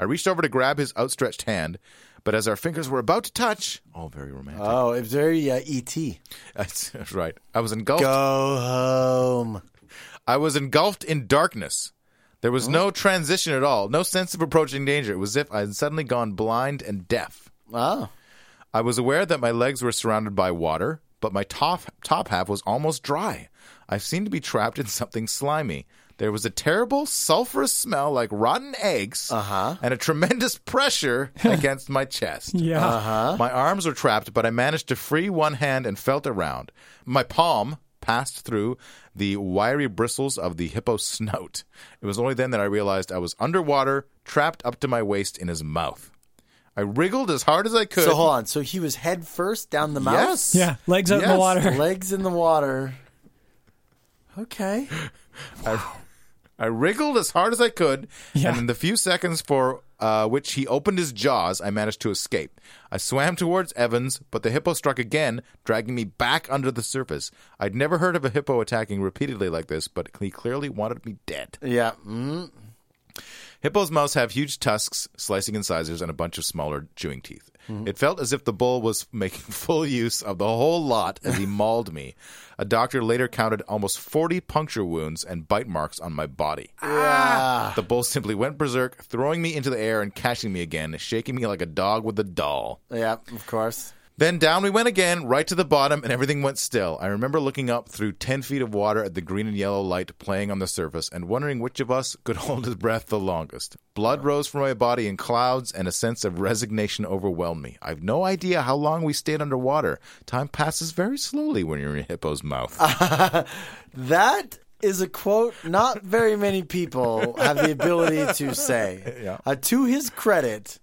Speaker 4: I reached over to grab his outstretched hand, but as our fingers were about to touch, all very romantic.
Speaker 3: Oh, it was very uh, E.T.
Speaker 4: That's right. I was engulfed.
Speaker 3: Go home.
Speaker 4: I was engulfed in darkness. There was no transition at all, no sense of approaching danger. It was as if I had suddenly gone blind and deaf.
Speaker 3: Oh.
Speaker 4: I was aware that my legs were surrounded by water, but my top, top half was almost dry. I seemed to be trapped in something slimy. There was a terrible sulfurous smell like rotten eggs and a tremendous pressure against my chest.
Speaker 5: Yeah.
Speaker 3: Uh-huh.
Speaker 4: My arms were trapped, but I managed to free one hand and felt around. My palm passed through the wiry bristles of the hippo's snout. It was only then that I realized I was underwater, trapped up to my waist in his mouth. I wriggled as hard as I could.
Speaker 3: So hold on. So he was head first down the mouth?
Speaker 4: Yes.
Speaker 5: Yeah, legs out in the
Speaker 4: Yes.
Speaker 5: water.
Speaker 3: Legs in the water. Okay.
Speaker 4: I wriggled as hard as I could,
Speaker 5: Yeah.
Speaker 4: and in the few seconds for uh, which he opened his jaws, I managed to escape. I swam towards Evans, but the hippo struck again, dragging me back under the surface. I'd never heard of a hippo attacking repeatedly like this, but he clearly wanted me dead.
Speaker 3: Yeah. Mm.
Speaker 4: Hippos' mouths have huge tusks, slicing incisors, and a bunch of smaller chewing teeth. It felt as if the bull was making full use of the whole lot as he mauled me. A doctor later counted almost 40 puncture wounds and bite marks on my body. The bull simply went berserk, throwing me into the air and catching me again, shaking me like a dog with a doll.
Speaker 3: Yeah, of course.
Speaker 4: Then down we went again, right to the bottom, and everything went still. I remember looking up through 10 feet of water at the green and yellow light playing on the surface and wondering which of us could hold his breath the longest. Blood rose from my body in clouds, and a sense of resignation overwhelmed me. I've no idea how long we stayed underwater. Time passes very slowly when you're in a hippo's mouth.
Speaker 3: Ah. That is a quote not very many people have the ability to say. Uh, to his credit,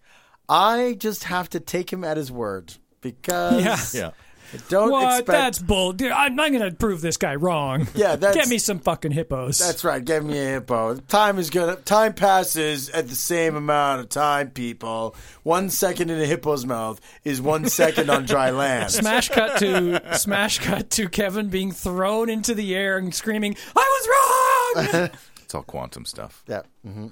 Speaker 3: I just have to take him at his word because
Speaker 5: Yeah.
Speaker 4: Yeah.
Speaker 3: I don't
Speaker 5: What?
Speaker 3: expect.
Speaker 5: That's bull. Dude, I'm, I'm going to prove this guy wrong.
Speaker 3: Yeah, that's-
Speaker 5: Get me some fucking hippos.
Speaker 3: That's right. Give me a hippo. Time is gonna. Time passes at the same amount of time. People, one second in a hippo's mouth is one second on dry land.
Speaker 5: Smash cut to smash cut to Kevin being thrown into the air and screaming, "I was wrong!"
Speaker 4: it's all quantum stuff.
Speaker 3: Yeah. Mm-hmm.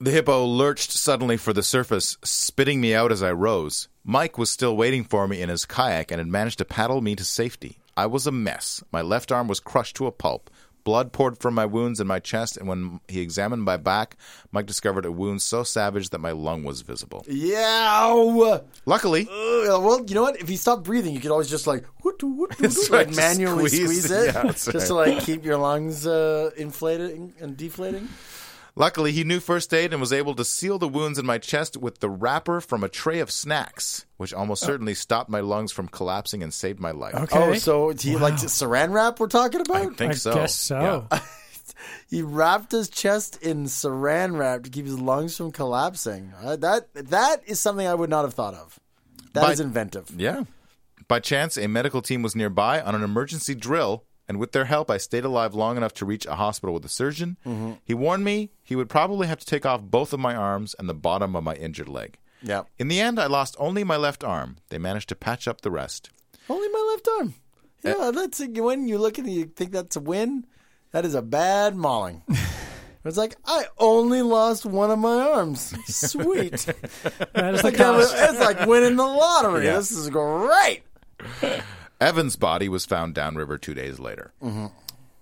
Speaker 4: The hippo lurched suddenly for the surface, spitting me out as I rose. Mike was still waiting for me in his kayak and had managed to paddle me to safety. I was a mess. My left arm was crushed to a pulp. Blood poured from my wounds in my chest, and when he examined my back, Mike discovered a wound so savage that my lung was visible.
Speaker 3: Yeah. ow.
Speaker 4: Luckily,
Speaker 3: Ugh, well, you know what? If he stopped breathing, you could always just like, whoot, doo, whoot, doo, doo,
Speaker 4: right,
Speaker 3: like
Speaker 4: just
Speaker 3: manually
Speaker 4: squeeze.
Speaker 3: squeeze, it,
Speaker 4: Yeah, that's
Speaker 3: just to like keep your lungs uh, inflated and deflating.
Speaker 4: Luckily, he knew first aid and was able to seal the wounds in my chest with the wrapper from a tray of snacks, which almost certainly stopped my lungs from collapsing and saved my life.
Speaker 5: Oh. Okay.
Speaker 3: Oh, so do you like saran wrap? We're talking
Speaker 4: I
Speaker 3: about.
Speaker 4: think
Speaker 5: I
Speaker 4: so.
Speaker 5: guess so.
Speaker 4: Yeah.
Speaker 3: He wrapped his chest in saran wrap to keep his lungs from collapsing. Uh, that that is something I would not have thought of. That is
Speaker 4: But-
Speaker 3: inventive.
Speaker 4: Yeah. By chance, a medical team was nearby on an emergency drill, and with their help, I stayed alive long enough to reach a hospital with a surgeon. He warned me he would probably have to take off both of my arms and the bottom of my injured leg.
Speaker 3: Yeah.
Speaker 4: In the end, I lost only my left arm. They managed to patch up the rest.
Speaker 3: Only my left arm. Yeah, that's a, when you look at it, you think that's a win. That is a bad mauling. it's like I only lost one of my arms. Sweet.
Speaker 5: That is the
Speaker 3: That was-
Speaker 5: cost.
Speaker 3: it's like winning the lottery.
Speaker 4: Yeah.
Speaker 3: This is great.
Speaker 4: Evan's body was found downriver two days later.
Speaker 5: Mm-hmm.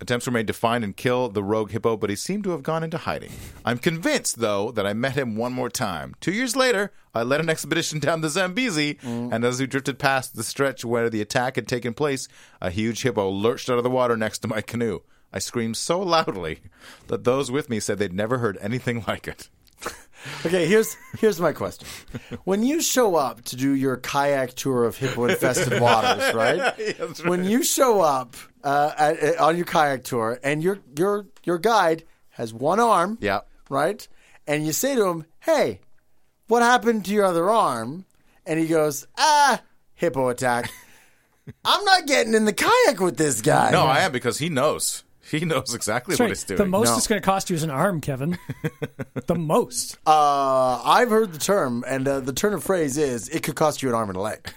Speaker 4: Attempts were made to find and kill the rogue hippo, but he seemed to have gone into hiding. I'm convinced, though, that I met him one more time. Two years later, I led an expedition down the Zambezi,
Speaker 5: Mm.
Speaker 4: and as we drifted past the stretch where the attack had taken place, a huge hippo lurched out of the water next to my canoe. I screamed so loudly that those with me said they'd never heard anything like it.
Speaker 3: Okay, here's here's my question. When you show up to do your kayak tour of hippo infested waters, right? When you show up uh, at, at- on your kayak tour and your your your guide has one arm,
Speaker 4: Yeah.
Speaker 3: right? And you say to him, "Hey, what happened to your other arm?" And he goes, "Ah, hippo attack." I'm not getting in the kayak with this guy.
Speaker 4: No, I am because he knows. He knows exactly
Speaker 5: That's
Speaker 4: what
Speaker 5: right.
Speaker 4: he's doing.
Speaker 5: The most
Speaker 3: No.
Speaker 5: it's going to cost you is an arm, Kevin. the most.
Speaker 3: Uh, I've heard the term, and uh, the turn of phrase is, "It could cost you an arm and a leg."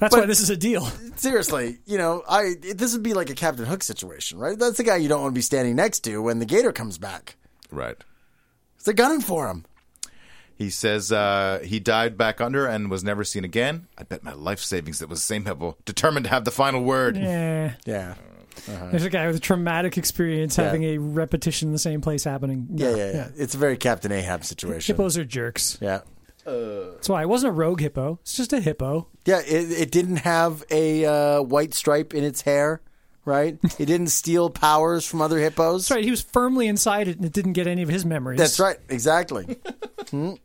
Speaker 5: That's why this is a deal.
Speaker 3: seriously, you know, I this would be like a Captain Hook situation, right? That's the guy you don't want to be standing next to when the gator comes back.
Speaker 4: right.
Speaker 3: They're gunning for him.
Speaker 4: He says uh, he dived back under and was never seen again. I bet my life savings that was the same hippo, determined to have the final word.
Speaker 5: Yeah.
Speaker 3: Yeah.
Speaker 5: Eh, There's a guy with a traumatic experience having a repetition in the same place happening.
Speaker 3: Yeah, yeah, yeah. It's a very Captain Ahab situation.
Speaker 5: Hippos are jerks.
Speaker 3: Yeah.
Speaker 5: That's why it wasn't a rogue hippo. It's just a hippo.
Speaker 3: Yeah, it, it didn't have a uh, white stripe in its hair, right? it didn't steal powers from other hippos.
Speaker 5: That's right. He was firmly inside it and it didn't get any of his memories.
Speaker 3: That's right. Exactly.
Speaker 4: I'm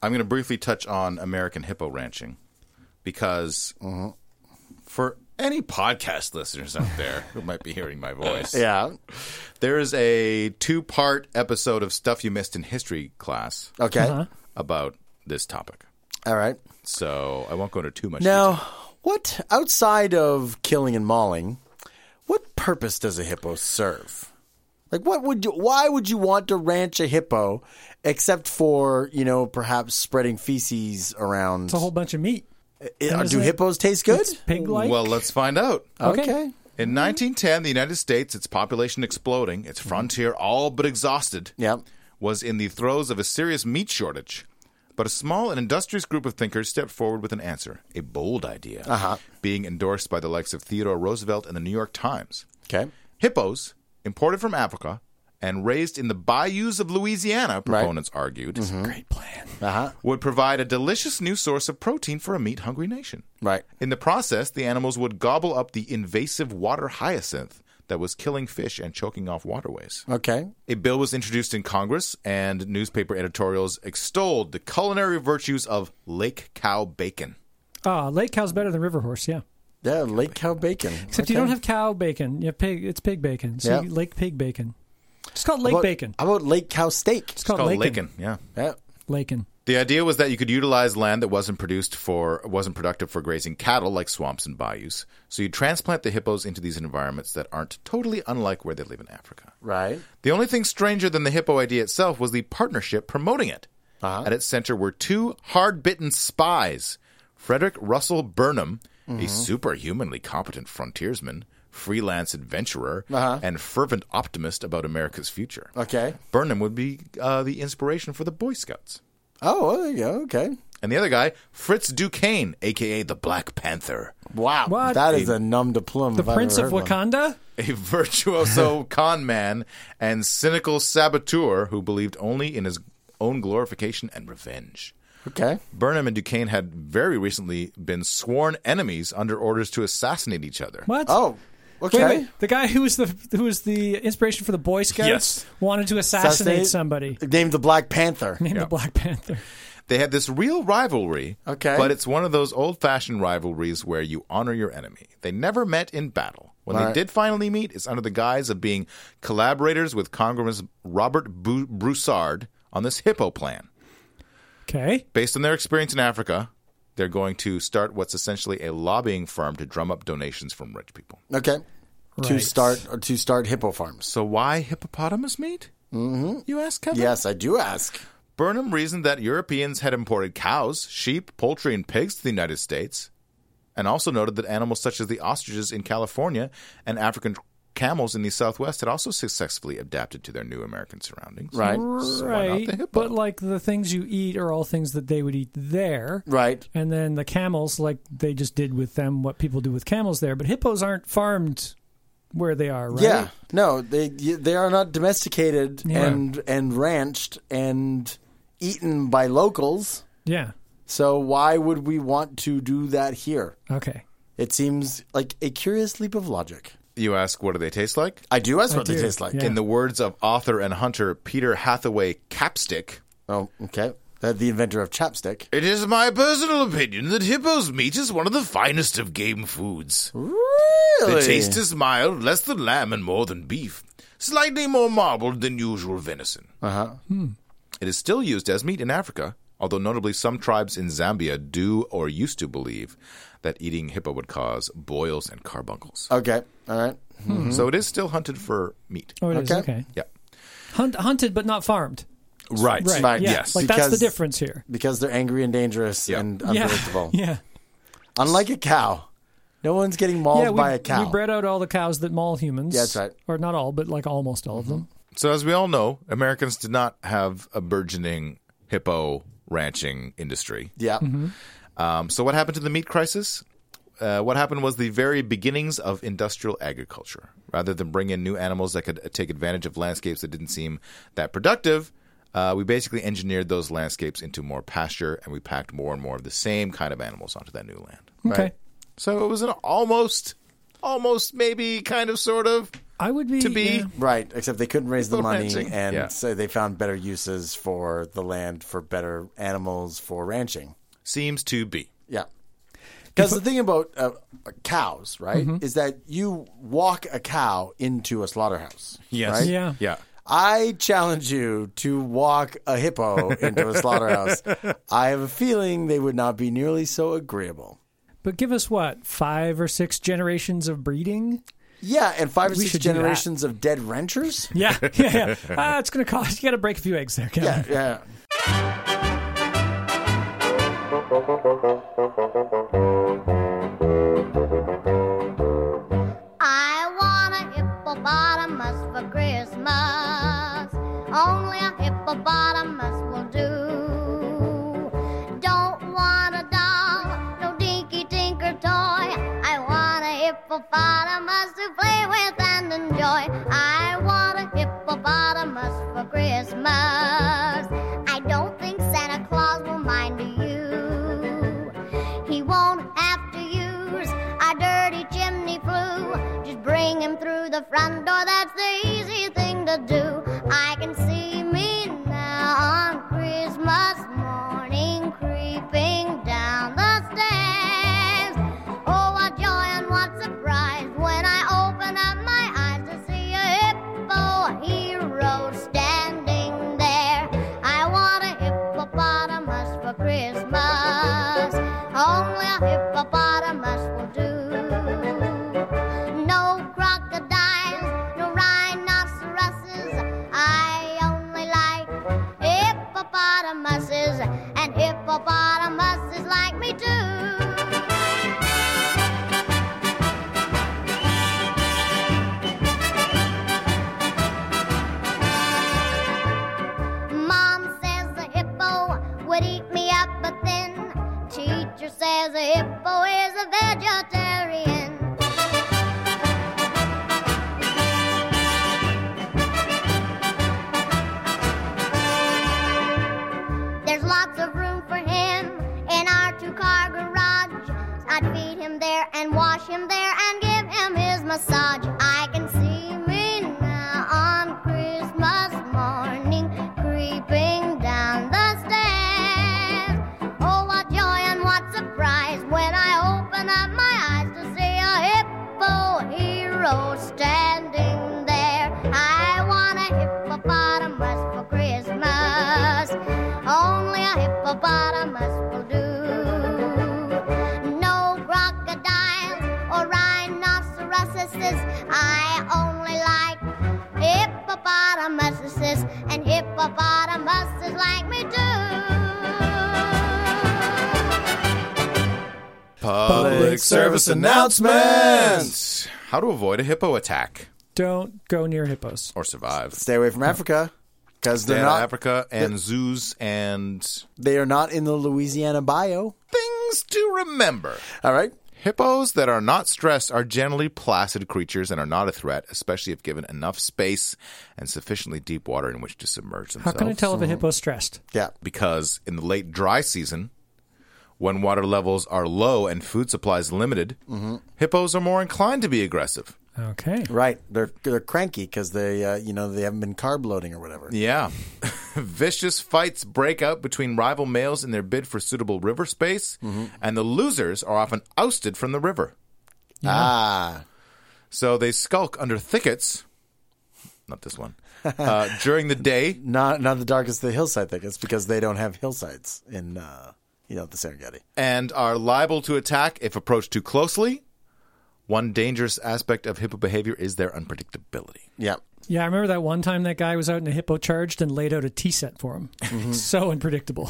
Speaker 4: going to briefly touch on American hippo ranching because for any podcast listeners out there who might be hearing my voice,
Speaker 3: yeah.
Speaker 4: there is a two part episode of Stuff You Missed in History class
Speaker 3: Okay.
Speaker 4: about this topic.
Speaker 3: All right.
Speaker 4: So I won't go into too much detail.
Speaker 3: Now, what outside of killing and mauling, what purpose does a hippo serve? Like, what would you? Why would you want to ranch a hippo, except for you know perhaps spreading feces around?
Speaker 5: It's a whole bunch of meat.
Speaker 3: Uh, do
Speaker 5: isn't it-
Speaker 3: hippos taste good?
Speaker 5: It's pig like.
Speaker 4: Well, let's find out.
Speaker 5: okay.
Speaker 3: Okay.
Speaker 4: In 1910, the United States, its population exploding, its frontier all but exhausted,
Speaker 3: Yep.
Speaker 4: was in the throes of a serious meat shortage. But a small and industrious group of thinkers stepped forward with an answer, a bold idea, uh-huh. being endorsed by the likes of Theodore Roosevelt and the New York Times.
Speaker 3: Okay.
Speaker 4: Hippos, imported from Africa and raised in the bayous of Louisiana, proponents argued,
Speaker 5: Great plan.
Speaker 3: Uh-huh.
Speaker 4: would provide a delicious new source of protein for a meat hungry nation.
Speaker 3: Right.
Speaker 4: In the process, the animals would gobble up the invasive water hyacinth that was killing fish and choking off waterways.
Speaker 3: Okay.
Speaker 4: A bill was introduced in Congress, and newspaper editorials extolled the culinary virtues of lake cow bacon.
Speaker 5: Ah, lake cow's better than river horse, yeah.
Speaker 3: Yeah, lake cow bacon.
Speaker 5: Except you
Speaker 3: Okay.
Speaker 5: don't have cow bacon. You have pig. It's pig bacon. So
Speaker 3: Yeah.
Speaker 5: you- lake pig bacon. It's called lake
Speaker 3: How about-
Speaker 5: bacon.
Speaker 3: How about lake cow steak?
Speaker 5: It's called,
Speaker 4: Called
Speaker 5: laken.
Speaker 4: laken, yeah.
Speaker 3: Yeah.
Speaker 5: Laken.
Speaker 4: The idea was that you could utilize land that wasn't produced for wasn't productive for grazing cattle like swamps and bayous. So you transplant the hippos into these environments that aren't totally unlike where they live in Africa.
Speaker 3: Right.
Speaker 4: The only thing stranger than the hippo idea itself was the partnership promoting it. At its center were two hard bitten spies Frederick Russell Burnham, a superhumanly competent frontiersman, freelance adventurer, and fervent optimist about America's future.
Speaker 3: Okay.
Speaker 4: Burnham would be uh, the inspiration for the Boy Scouts.
Speaker 3: Oh, well, there you go. Okay.
Speaker 4: And the other guy, Fritz Duquesne, aka the Black Panther.
Speaker 3: Wow.
Speaker 5: What?
Speaker 3: That is a nom de plume.
Speaker 5: The
Speaker 3: if I've
Speaker 5: Prince
Speaker 3: ever
Speaker 5: of
Speaker 3: heard one.
Speaker 5: Wakanda?
Speaker 4: a virtuoso con man and cynical saboteur who believed only in his own glorification and revenge.
Speaker 3: Okay.
Speaker 4: Burnham and Duquesne had very recently been sworn enemies under orders to assassinate each other.
Speaker 5: What?
Speaker 3: Oh, okay.
Speaker 5: Wait, wait. The guy who was the who was the inspiration for the Boy Scouts
Speaker 4: Yes.
Speaker 5: wanted to assassinate somebody
Speaker 3: Named the Black Panther.
Speaker 5: named the Black Panther.
Speaker 4: They had this real rivalry.
Speaker 3: Okay.
Speaker 4: But it's one of those old fashioned rivalries where you honor your enemy. They never met in battle. When they
Speaker 3: Right.
Speaker 4: did finally meet, it's under the guise of being collaborators with Congressman Robert Bu- Broussard on this hippo plan.
Speaker 5: Okay.
Speaker 4: Based on their experience in Africa, they're going to start what's essentially a lobbying firm to drum up donations from rich people.
Speaker 3: Okay. To
Speaker 5: Right.
Speaker 3: start or to start hippo farms.
Speaker 4: So why hippopotamus meat? Mm-hmm. You ask Kevin?
Speaker 3: Yes, I do ask.
Speaker 4: Burnham reasoned that Europeans had imported cows, sheep, poultry, and pigs to the United States, and also noted that animals such as the ostriches in California and African camels in the Southwest had also successfully adapted to their new American surroundings.
Speaker 3: Right.
Speaker 4: why not
Speaker 5: Right.
Speaker 4: the hippo?
Speaker 5: But like the things you eat are all things that they would eat there.
Speaker 3: Right.
Speaker 5: And then the camels, like they just did with them what people do with camels there. But hippos aren't farmed where they are, right?
Speaker 3: Yeah. No, they y- they are not domesticated
Speaker 5: Yeah.
Speaker 3: and and ranched and eaten by locals.
Speaker 5: Yeah.
Speaker 3: So why would we want to do that here?
Speaker 5: Okay.
Speaker 3: It seems like a curious leap of logic.
Speaker 4: You ask, what do they taste like?
Speaker 3: I do ask what
Speaker 5: do.
Speaker 3: they taste like.
Speaker 5: Yeah.
Speaker 4: In the words of author and hunter Peter Hathaway Capstick,
Speaker 3: Oh, okay. That the inventor of chapstick.
Speaker 4: it is my personal opinion that hippo's meat is one of the finest of game foods.
Speaker 3: Really?
Speaker 4: The taste is mild, less than lamb and more than beef. Slightly more marbled than usual venison. Uh
Speaker 3: Uh-huh.
Speaker 4: huh. It is still used as meat in Africa, although notably some tribes in Zambia do or used to believe that eating hippo would cause boils and carbuncles.
Speaker 3: Okay. All right.
Speaker 4: So it is still hunted for meat.
Speaker 5: Oh, it is.
Speaker 3: Okay.
Speaker 5: okay.
Speaker 4: Yeah.
Speaker 5: Hunt, hunted but not farmed.
Speaker 4: Right.
Speaker 5: Right.
Speaker 3: Right,
Speaker 5: Yeah.
Speaker 4: yes.
Speaker 5: Like that's the
Speaker 3: Because-
Speaker 5: difference here.
Speaker 3: Because they're angry and dangerous
Speaker 4: Yeah.
Speaker 3: and
Speaker 5: Yeah.
Speaker 3: unpredictable.
Speaker 5: Yeah.
Speaker 3: Unlike a cow. No one's getting mauled
Speaker 5: Yeah, we,
Speaker 3: by a cow.
Speaker 5: we bred out all the cows that maul humans.
Speaker 3: Yeah, that's right.
Speaker 5: Or not all, but like almost all of them.
Speaker 4: So as we all know, Americans did not have a burgeoning hippo ranching industry.
Speaker 3: yeah.
Speaker 5: Mm-hmm.
Speaker 4: Um, so, what happened to the meat crisis? Uh, what happened was the very beginnings of industrial agriculture. Rather than bring in new animals that could uh, take advantage of landscapes that didn't seem that productive, uh, we basically engineered those landscapes into more pasture and we packed more and more of the same kind of animals onto that new land.
Speaker 3: Mm-hmm.
Speaker 5: Okay.
Speaker 4: So, it was an almost, almost maybe kind of sort of.
Speaker 5: I would be
Speaker 4: To be-
Speaker 5: yeah.
Speaker 3: Right. Except they couldn't raise the
Speaker 4: People
Speaker 3: money
Speaker 4: ranching.
Speaker 3: and
Speaker 4: Yeah.
Speaker 3: so they found better uses for the land for better animals for ranching.
Speaker 4: Seems to be.
Speaker 3: Yeah. Because the thing about uh, cows, right,
Speaker 5: Mm-hmm.
Speaker 3: is that you walk a cow into a slaughterhouse. Right?
Speaker 5: Yeah.
Speaker 4: Yeah.
Speaker 3: I challenge you to walk a hippo into a slaughterhouse. I have a feeling they would not be nearly so agreeable.
Speaker 5: But give us what five or six generations of breeding?
Speaker 3: Yeah, and five or
Speaker 5: We
Speaker 3: six
Speaker 5: should do that.
Speaker 3: generations of dead ranchers?
Speaker 5: Yeah, yeah, yeah. Ah, it's gonna cost. You got to break a few eggs there, Kevin.
Speaker 3: Yeah, yeah.
Speaker 2: I want a hippopotamus for Christmas. Only a hippopotamus will do. Don't want a doll, no dinky tinker toy. I want a hippopotamus to play with and enjoy. I want a hippopotamus for Christmas. I don't think Santa Claus will mind you. He won't have to use our dirty chimney flue. Just bring him through the front door, that's the easy thing to do. I can see me now on Christmas morning creeping down the stairs. Oh, what joy and what surprise when I open up my eyes to see a hippo hero standing there. him there and give him his massage. I can see me now on Christmas morning creeping down the stairs. Oh, what joy and what surprise when I open up my eyes to see a hippo hero standing there. I want a hippopotamus for Christmas. Only a hippopotamus will do. No crocodiles or rhinoceroses. I only like hippopotamuses, and hippopotamuses like me too.
Speaker 4: Public service announcements. How to avoid a hippo attack
Speaker 5: Don't go near hippos.
Speaker 4: or survive.
Speaker 3: Stay away from Africa because
Speaker 4: Stay
Speaker 3: they're
Speaker 4: out of
Speaker 3: not
Speaker 4: Africa and zoos and
Speaker 3: they are not in the Louisiana bio.
Speaker 4: things to remember.
Speaker 3: All right.
Speaker 4: Hippos that are not stressed are generally placid creatures and are not a threat, especially if given enough space and sufficiently deep water in which to submerge
Speaker 5: How
Speaker 4: themselves.
Speaker 5: can I tell if a hippo's stressed?
Speaker 3: Yeah.
Speaker 4: Because in the late dry season, when water levels are low and food supplies limited,
Speaker 3: Mm-hmm.
Speaker 4: hippos are more inclined to be aggressive.
Speaker 5: Okay.
Speaker 3: Right. They're they're cranky because they uh, you know they haven't been carb loading or whatever.
Speaker 4: Yeah. Vicious fights break out between rival males in their bid for suitable river space,
Speaker 3: Mm-hmm.
Speaker 4: and the losers are often ousted from the river.
Speaker 3: Ah.
Speaker 4: So they skulk under thickets. Not this one. Uh, during the day,
Speaker 3: Not not the darkest of the hillside thickets because they don't have hillsides in uh, you know the Serengeti.
Speaker 4: and are liable to attack if approached too closely. One dangerous aspect of hippo behavior is their unpredictability.
Speaker 3: Yeah.
Speaker 5: Yeah, I remember that one time that guy was out and a hippo charged and laid out a tea set for him.
Speaker 3: Mm-hmm.
Speaker 5: So unpredictable.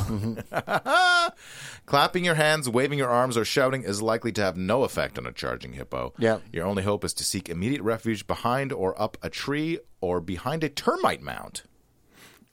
Speaker 4: Clapping your hands, waving your arms, or shouting is likely to have no effect on a charging hippo.
Speaker 3: Yeah.
Speaker 4: Your only hope is to seek immediate refuge behind or up a tree or behind a termite mound.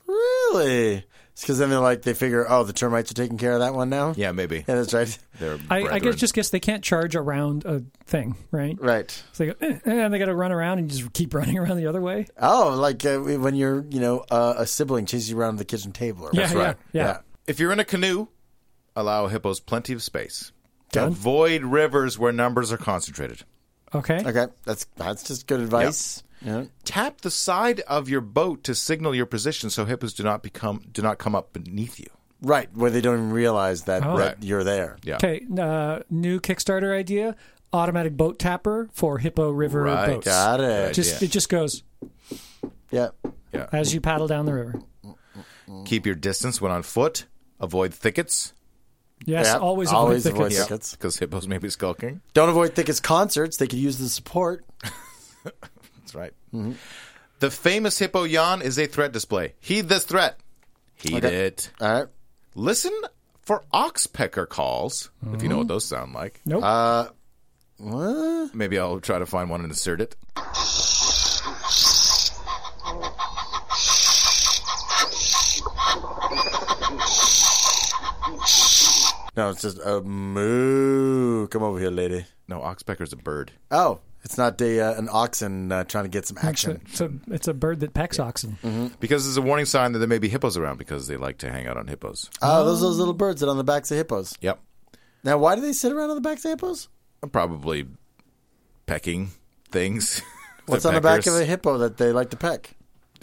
Speaker 3: Really? It's because then they're like they figure oh the termites are taking care of that one now.
Speaker 4: Yeah, maybe.
Speaker 3: Yeah, that's right.
Speaker 4: They're
Speaker 5: I, I guess
Speaker 4: brethren.
Speaker 5: just guess they can't charge around a thing, right?
Speaker 3: Right.
Speaker 5: So they go, eh, eh, and they got to run around and just keep running around the other way.
Speaker 3: Oh, like uh, when you're you know uh, a sibling chases you around the kitchen table. Or
Speaker 5: yeah,
Speaker 4: right.
Speaker 5: yeah, yeah,
Speaker 4: If you're in a canoe, allow hippos plenty of space.
Speaker 5: Done.
Speaker 4: Avoid rivers where numbers are concentrated.
Speaker 5: Okay.
Speaker 3: Okay, that's that's just good advice. Yeah.
Speaker 4: Tap the side of your boat to signal your position so hippos do not become do not come up beneath you.
Speaker 3: Right, where they don't even realize that,
Speaker 5: Oh.
Speaker 3: that
Speaker 4: Right.
Speaker 3: you're there.
Speaker 4: Yeah.
Speaker 5: Okay. Uh, new Kickstarter idea: automatic boat tapper for hippo river
Speaker 4: Right,
Speaker 5: boats.
Speaker 3: Got it.
Speaker 5: Just it just goes
Speaker 3: yeah.
Speaker 4: Yeah.
Speaker 5: as you paddle down the river.
Speaker 4: Keep your distance when on foot. Avoid thickets
Speaker 5: Yes,
Speaker 3: Yeah,
Speaker 5: always,
Speaker 3: always
Speaker 5: avoid thickets.
Speaker 3: avoid- Thickets.
Speaker 4: because hippos may be skulking.
Speaker 3: Don't avoid thickest concerts. They could use the support.
Speaker 4: That's right.
Speaker 3: Mm-hmm.
Speaker 4: The famous hippo yawn is a threat display. Heed this threat. Heed
Speaker 3: Okay.
Speaker 4: it.
Speaker 3: All right.
Speaker 4: Listen for oxpecker calls if you know
Speaker 5: Mm-hmm.
Speaker 4: what those sound like.
Speaker 5: Nope.
Speaker 3: What?
Speaker 4: Maybe I'll try to find one and insert it.
Speaker 3: No, it's just a moo. Come over here, lady.
Speaker 4: No, oxpecker's a bird.
Speaker 3: Oh, it's not a uh, an oxen uh, trying to get some
Speaker 5: it's, a,
Speaker 3: action.
Speaker 5: it's a it's a bird that pecks oxen.
Speaker 4: Because it's a warning sign that there may be hippos around because they like to hang out on hippos.
Speaker 3: Oh, those are those little birds that are on the backs of hippos.
Speaker 4: Yep.
Speaker 3: Now, why do they sit around on the backs of hippos?
Speaker 4: Probably pecking things.
Speaker 3: What's on the back of
Speaker 4: peckers.
Speaker 3: a hippo that they like to peck?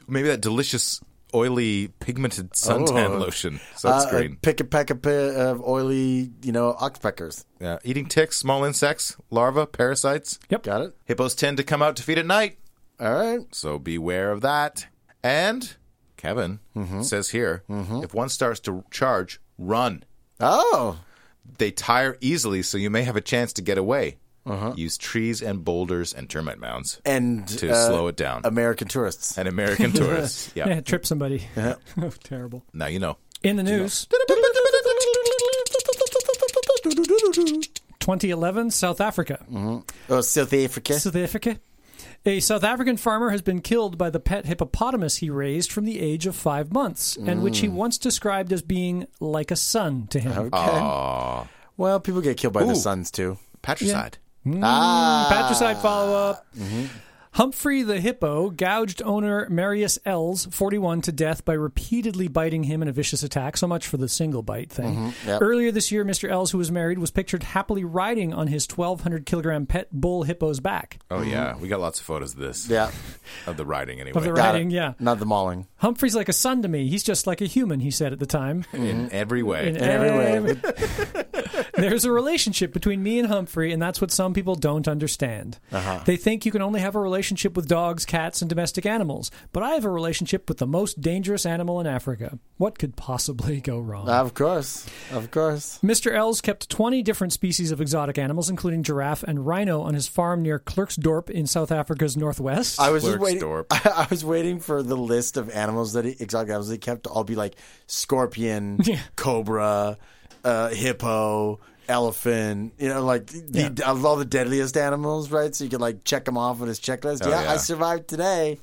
Speaker 4: Maybe that delicious, oily, pigmented suntan
Speaker 3: Oh.
Speaker 4: lotion.
Speaker 3: Uh,
Speaker 4: Sunscreen.
Speaker 3: a pick a peck a pair of oily, you know, oxpeckers.
Speaker 4: Yeah, eating ticks, small insects, larvae, parasites.
Speaker 3: Got it.
Speaker 4: Hippos tend to come out to feed at night,
Speaker 3: All right.
Speaker 4: so beware of that. And Kevin
Speaker 3: Mm-hmm.
Speaker 4: says here if one starts to charge, run.
Speaker 3: Oh,
Speaker 4: They tire easily, so you may have a chance to get away. Use trees and boulders and termite mounds
Speaker 3: Uh-huh. and
Speaker 4: to
Speaker 3: uh,
Speaker 4: slow it down.
Speaker 3: American tourists.
Speaker 4: and American tourists. Yeah.
Speaker 5: Yeah, trip somebody. oh, terrible.
Speaker 4: Now you know.
Speaker 5: In the news, 2011, South Africa.
Speaker 3: Oh, South Africa.
Speaker 5: South Africa. A South African farmer has been killed by the pet hippopotamus he raised from the age of five months, and which he once described as being like a son to
Speaker 3: Oh,
Speaker 5: him.
Speaker 3: Well, people get killed by
Speaker 4: Ooh.
Speaker 3: their sons too.
Speaker 4: Patricide.
Speaker 3: Ah. Mm-hmm.
Speaker 5: Patricide follow up. Humphrey the hippo gouged owner Marius Ells, 41, to death by repeatedly biting him in a vicious attack. So much for the single bite thing.
Speaker 3: Mm-hmm.
Speaker 5: Earlier this year, Mr. Ells, who was married, was pictured happily riding on his 1,200 kilogram pet bull hippo's back.
Speaker 4: Oh yeah, we got lots of photos of this.
Speaker 3: Yeah.
Speaker 4: of the riding anyway.
Speaker 5: Of the
Speaker 3: Got it.
Speaker 5: riding, yeah.
Speaker 3: Not the mauling.
Speaker 5: Humphrey's like a son to me. He's just like a human, he said at the time.
Speaker 4: in every way.
Speaker 5: In
Speaker 3: every way.
Speaker 5: There's a relationship between me and Humphrey, and that's what some people don't understand. They think you can only have a relationship with dogs, cats, and domestic animals, but I have a relationship with the most dangerous animal in Africa. What could possibly go wrong?
Speaker 3: Of course. Of course.
Speaker 5: Mr. Ells kept 20 different species of exotic animals, including giraffe and rhino, on his farm near Klerksdorp in South Africa's northwest.
Speaker 3: I was just
Speaker 4: Clerks
Speaker 3: waiting.
Speaker 4: Dorp.
Speaker 3: I, I was waiting for the list of animals that he, exotic animals he kept to all be like scorpion, cobra, uh, hippo, elephant. You know, like the, of all the deadliest animals, right? So you could like check them off on his checklist. yeah,
Speaker 4: Oh, yeah.
Speaker 3: I survived today.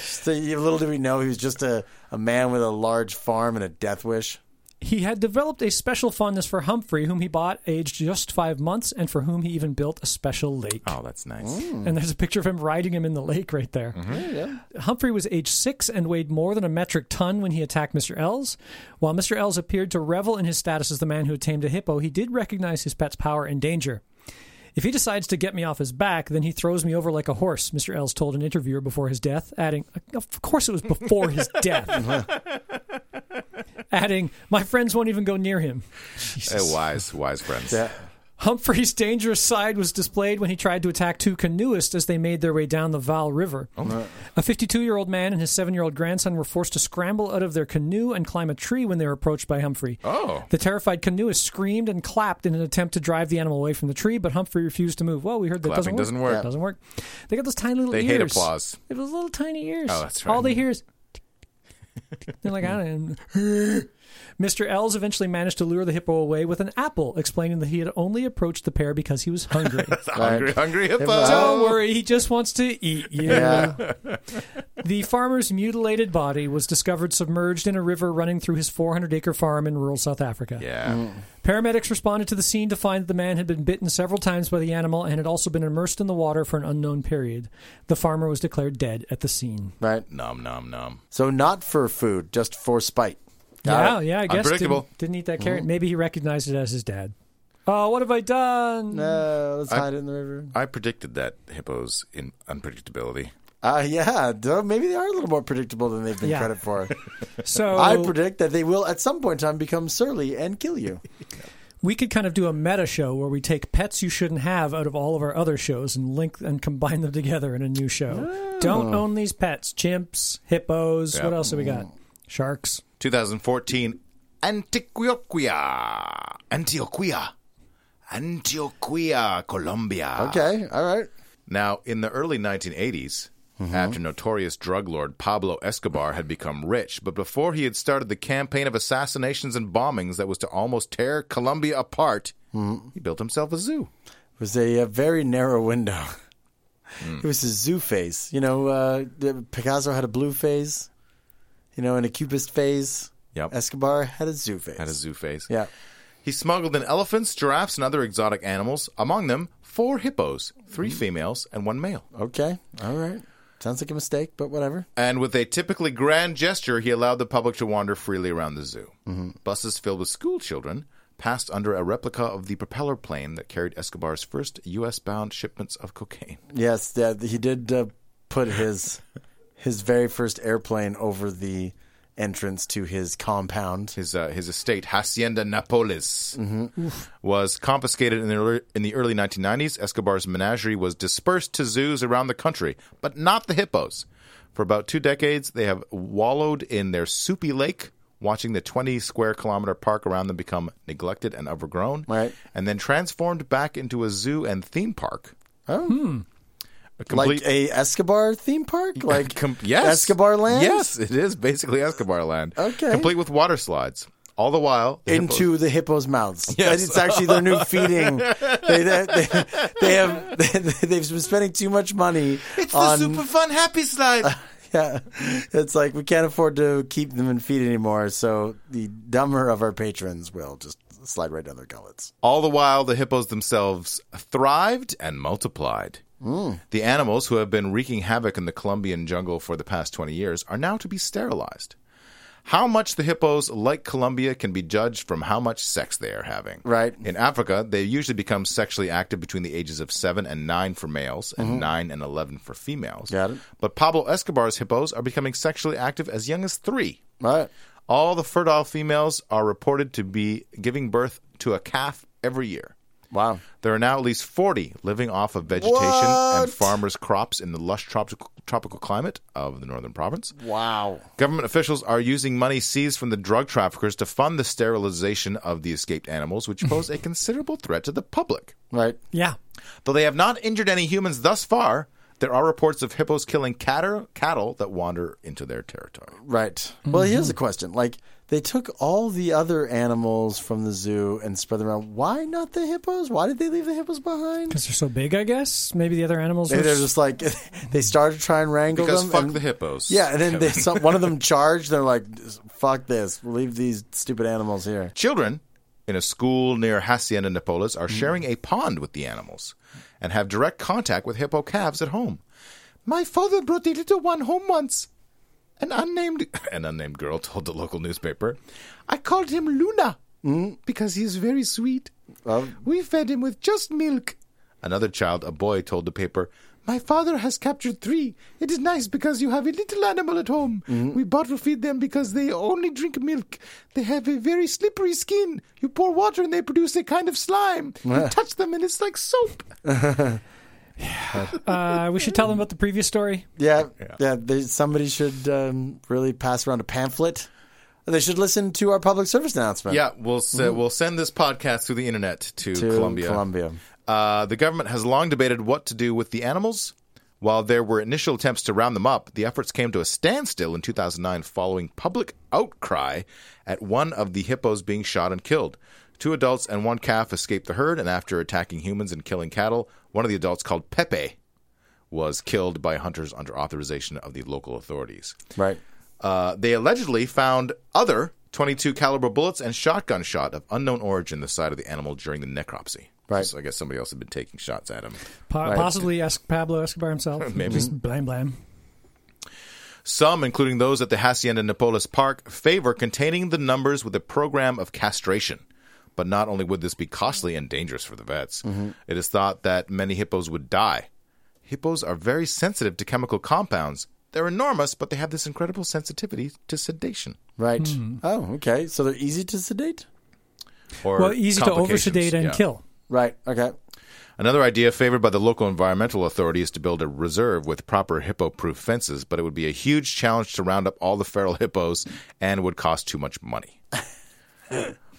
Speaker 3: so you, little did we know he was just a, a man with a large farm and a death wish.
Speaker 5: He had developed a special fondness for Humphrey, whom he bought aged just five months, and for whom he even built a special lake.
Speaker 4: Oh, that's nice.
Speaker 5: And there's a picture of him riding him in the lake right there. Humphrey was age six and weighed more than a metric ton when he attacked Mr. Ells. While Mr. Ells appeared to revel in his status as the man who had tamed a hippo, he did recognize his pet's power and danger. If he decides to get me off his back, then he throws me over like a horse, Mr. Ells told an interviewer before his death, adding, Of course it was before his death. adding, My friends won't even go near him.
Speaker 4: Hey, wise, wise friends.
Speaker 3: Yeah.
Speaker 5: Humphrey's dangerous side was displayed when he tried to attack two canoeists as they made their way down the Vaal River.
Speaker 4: Oh.
Speaker 5: A 52 year old man and his seven year old grandson were forced to scramble out of their canoe and climb a tree when they were approached by Humphrey.
Speaker 4: Oh.
Speaker 5: The terrified canoeist screamed and clapped in an attempt to drive the animal away from the tree, but Humphrey refused to move. Well, we heard that
Speaker 4: Clapping
Speaker 5: doesn't
Speaker 4: doesn't
Speaker 5: work.
Speaker 4: work.
Speaker 5: Doesn't work. They got those tiny little
Speaker 4: They
Speaker 5: ears.
Speaker 4: hate applause.
Speaker 5: They have those little tiny ears.
Speaker 4: Oh, that's right.
Speaker 5: All they hear is. They're like, I don't. Mr. Ells eventually managed to lure the hippo away with an apple, explaining that he had only approached the pair because he was hungry.
Speaker 4: Hungry, hungry hippo.
Speaker 5: Don't worry, he just wants to eat you. the farmer's mutilated body was discovered submerged in a river running through his 400 acre farm in rural South Africa.
Speaker 4: Yeah.
Speaker 5: Paramedics responded to the scene to find that the man had been bitten several times by the animal and had also been immersed in the water for an unknown period. The farmer was declared dead at the scene.
Speaker 3: Right.
Speaker 4: Nom nom nom.
Speaker 3: So not for food, just for spite. Got
Speaker 5: Yeah,
Speaker 3: it?
Speaker 5: yeah, I guess.
Speaker 4: Unpredictable. Mm-hmm.
Speaker 5: Didn't, didn't eat that carrot. Maybe he recognized it as his dad. Oh, what have I done?
Speaker 3: Uh, let's hide it in the river.
Speaker 4: I predicted that hippos in unpredictability.
Speaker 3: Uh, yeah, though maybe they are a little more predictable than they've been
Speaker 5: Yeah. Oh.
Speaker 3: credit for.
Speaker 5: So
Speaker 3: I predict that they will at some point in time become surly and kill you.
Speaker 5: we could kind of do a meta show where we take pets you shouldn't have out of all of our other shows and link and combine them together in a new show.
Speaker 4: Oh.
Speaker 5: Don't own these pets: chimps, hippos.
Speaker 4: Yeah.
Speaker 5: What else have we got? Sharks.
Speaker 4: 2014 Antioquia. Antioquia. Antioquia, Colombia.
Speaker 3: Okay, all right.
Speaker 4: Now, in the early 1980s, after notorious drug lord Pablo Escobar had become rich, but before he had started the campaign of assassinations and bombings that was to almost tear Colombia apart, he built himself a zoo.
Speaker 3: It was a, uh very narrow window.
Speaker 4: Hmm.
Speaker 3: It was a zoo phase. You know, uh, the- Picasso had a blue phase, you know, and a cubist phase.
Speaker 4: Yep.
Speaker 3: Escobar had a zoo phase.
Speaker 4: Had a zoo face.
Speaker 3: Yeah.
Speaker 4: He smuggled in elephants, giraffes, and other exotic animals, among them four hippos, 3 females, and one male.
Speaker 3: Okay, all right. Sounds like a mistake, but whatever.
Speaker 4: And with a typically grand gesture, he allowed the public to wander freely around the zoo. Buses filled with school children passed under a replica of the propeller plane that carried Escobar's first U.S. bound shipments of cocaine.
Speaker 3: Yes, yeah, he did uh, put his his very first airplane over the entrance to his compound.
Speaker 4: His, uh, his estate, Hacienda Napolis,
Speaker 3: Mm-hmm.
Speaker 4: was confiscated in the, early, in the early 1990s. Escobar's menagerie was dispersed to zoos around the country, but not the hippos. For about two decades, they have wallowed in their soupy lake, watching the 20 square kilometer park around them become neglected and overgrown.
Speaker 3: Right.
Speaker 4: and then transformed back into a zoo and theme park. Hmm.
Speaker 3: Oh.
Speaker 4: A complete,
Speaker 3: like a Escobar theme park, like
Speaker 4: com- yes,
Speaker 3: Escobar Land.
Speaker 4: Yes, it is basically Escobar Land.
Speaker 3: Okay.
Speaker 4: complete with water slides. All the while the
Speaker 3: into
Speaker 4: hippos-
Speaker 3: the hippos' mouths. Yes. it's actually their new feeding. they, they, they, they have they, they've been spending too much money on.
Speaker 4: fun happy slide.
Speaker 3: yeah, it's like we can't afford to keep them in feed anymore. So the dumber of our patrons will just slide right down their gullets.
Speaker 4: All the while the hippos themselves thrived and multiplied.
Speaker 3: Hmm.
Speaker 4: The animals, who have been wreaking havoc in the Colombian jungle for the past 20 years, are now to be sterilized. How much the hippos like Colombia can be judged from how much sex they are having.
Speaker 3: Right.
Speaker 4: In Africa, they usually become sexually active between the ages of 7 and 9 for males and 9 and 11 for females.
Speaker 3: Mm-hmm. Got it.
Speaker 4: But Pablo Escobar's hippos are becoming sexually active as young as 3.
Speaker 3: Right.
Speaker 4: All the fertile females are reported to be giving birth to a calf every year.
Speaker 3: Wow.
Speaker 4: There are now at least 40 living off of vegetation
Speaker 3: What?
Speaker 4: and farmers' crops in the lush tropical, tropical climate of the northern province.
Speaker 3: Wow.
Speaker 4: Government officials are using money seized from the drug traffickers to fund the sterilization of the escaped animals, which pose a considerable threat to the public.
Speaker 3: Right.
Speaker 5: Yeah.
Speaker 4: Though they have not injured any humans thus far, there are reports of hippos killing cattle, cattle that wander into their territory.
Speaker 3: Right. Well, here's a question. Like they took all the other animals from the zoo and spread them around. Why not the hippos? Why did they leave the hippos behind?
Speaker 5: Because they're so big, I guess. Maybe the other animals
Speaker 3: Maybe
Speaker 5: were
Speaker 3: they're just like they started to try and wrangle
Speaker 4: Because
Speaker 3: them.
Speaker 4: fuck
Speaker 3: and-
Speaker 4: the hippos.
Speaker 3: Yeah, and then they, some, one of them charged. They're like, "Fuck this! Leave these stupid animals here."
Speaker 4: Children in a school near Hacienda Napoles are sharing a pond with the animals and have direct contact with hippo calves at home. My father brought the little one home once. An unnamed an unnamed girl told the local newspaper. I called him Luna because he is very sweet. we fed him with just milk. Another child, a boy, told the paper, My father has captured three. It is nice because you have a little animal at home. We bottle feed them because they only drink milk. They have a very slippery skin. You pour water and they produce a kind of slime. You touch them and it's like soap.
Speaker 5: Uh, we should tell them about the previous story.
Speaker 3: Yeah, yeah. they, somebody should um, really pass around a pamphlet. They should listen to our public service announcement.
Speaker 4: Yeah, we'll s- we'll send this podcast through the internet to,
Speaker 3: to
Speaker 4: Colombia.
Speaker 3: Colombia.
Speaker 4: Uh, the government has long debated what to do with the animals. While there were initial attempts to round them up, the efforts came to a standstill in 2009 following public outcry at one of the hippos being shot and killed. Two adults and one calf escaped the herd, and after attacking humans and killing cattle, one of the adults, called Pepe, was killed by hunters under authorization of the local authorities.
Speaker 3: Right.
Speaker 4: Uh, they allegedly found other 22 caliber bullets and shotgun shot of unknown origin the side of the animal during the necropsy.
Speaker 3: Right.
Speaker 4: So I guess somebody else had been taking shots at him.
Speaker 5: Po- Possibly ask Pablo Escobar himself.
Speaker 4: Maybe.
Speaker 5: Just blam blam.
Speaker 4: Some, including those at the Hacienda Napoles Park, favor containing the numbers with a program of castration. But not only would this be costly and dangerous for the vets,
Speaker 5: Mm-hmm.
Speaker 4: it is thought that many hippos would die. Hippos are very sensitive to chemical compounds. They're enormous, but they have this incredible sensitivity to sedation.
Speaker 3: Right. Oh, okay. So they're easy to sedate.
Speaker 4: Or
Speaker 5: Well, easy to over
Speaker 4: complications.
Speaker 5: sedate and
Speaker 4: Yeah.
Speaker 5: kill.
Speaker 3: Right. Okay.
Speaker 4: Another idea favored by the local environmental authority is to build a reserve with proper hippo proof fences, but it would be a huge challenge to round up all the feral hippos and would cost too much money.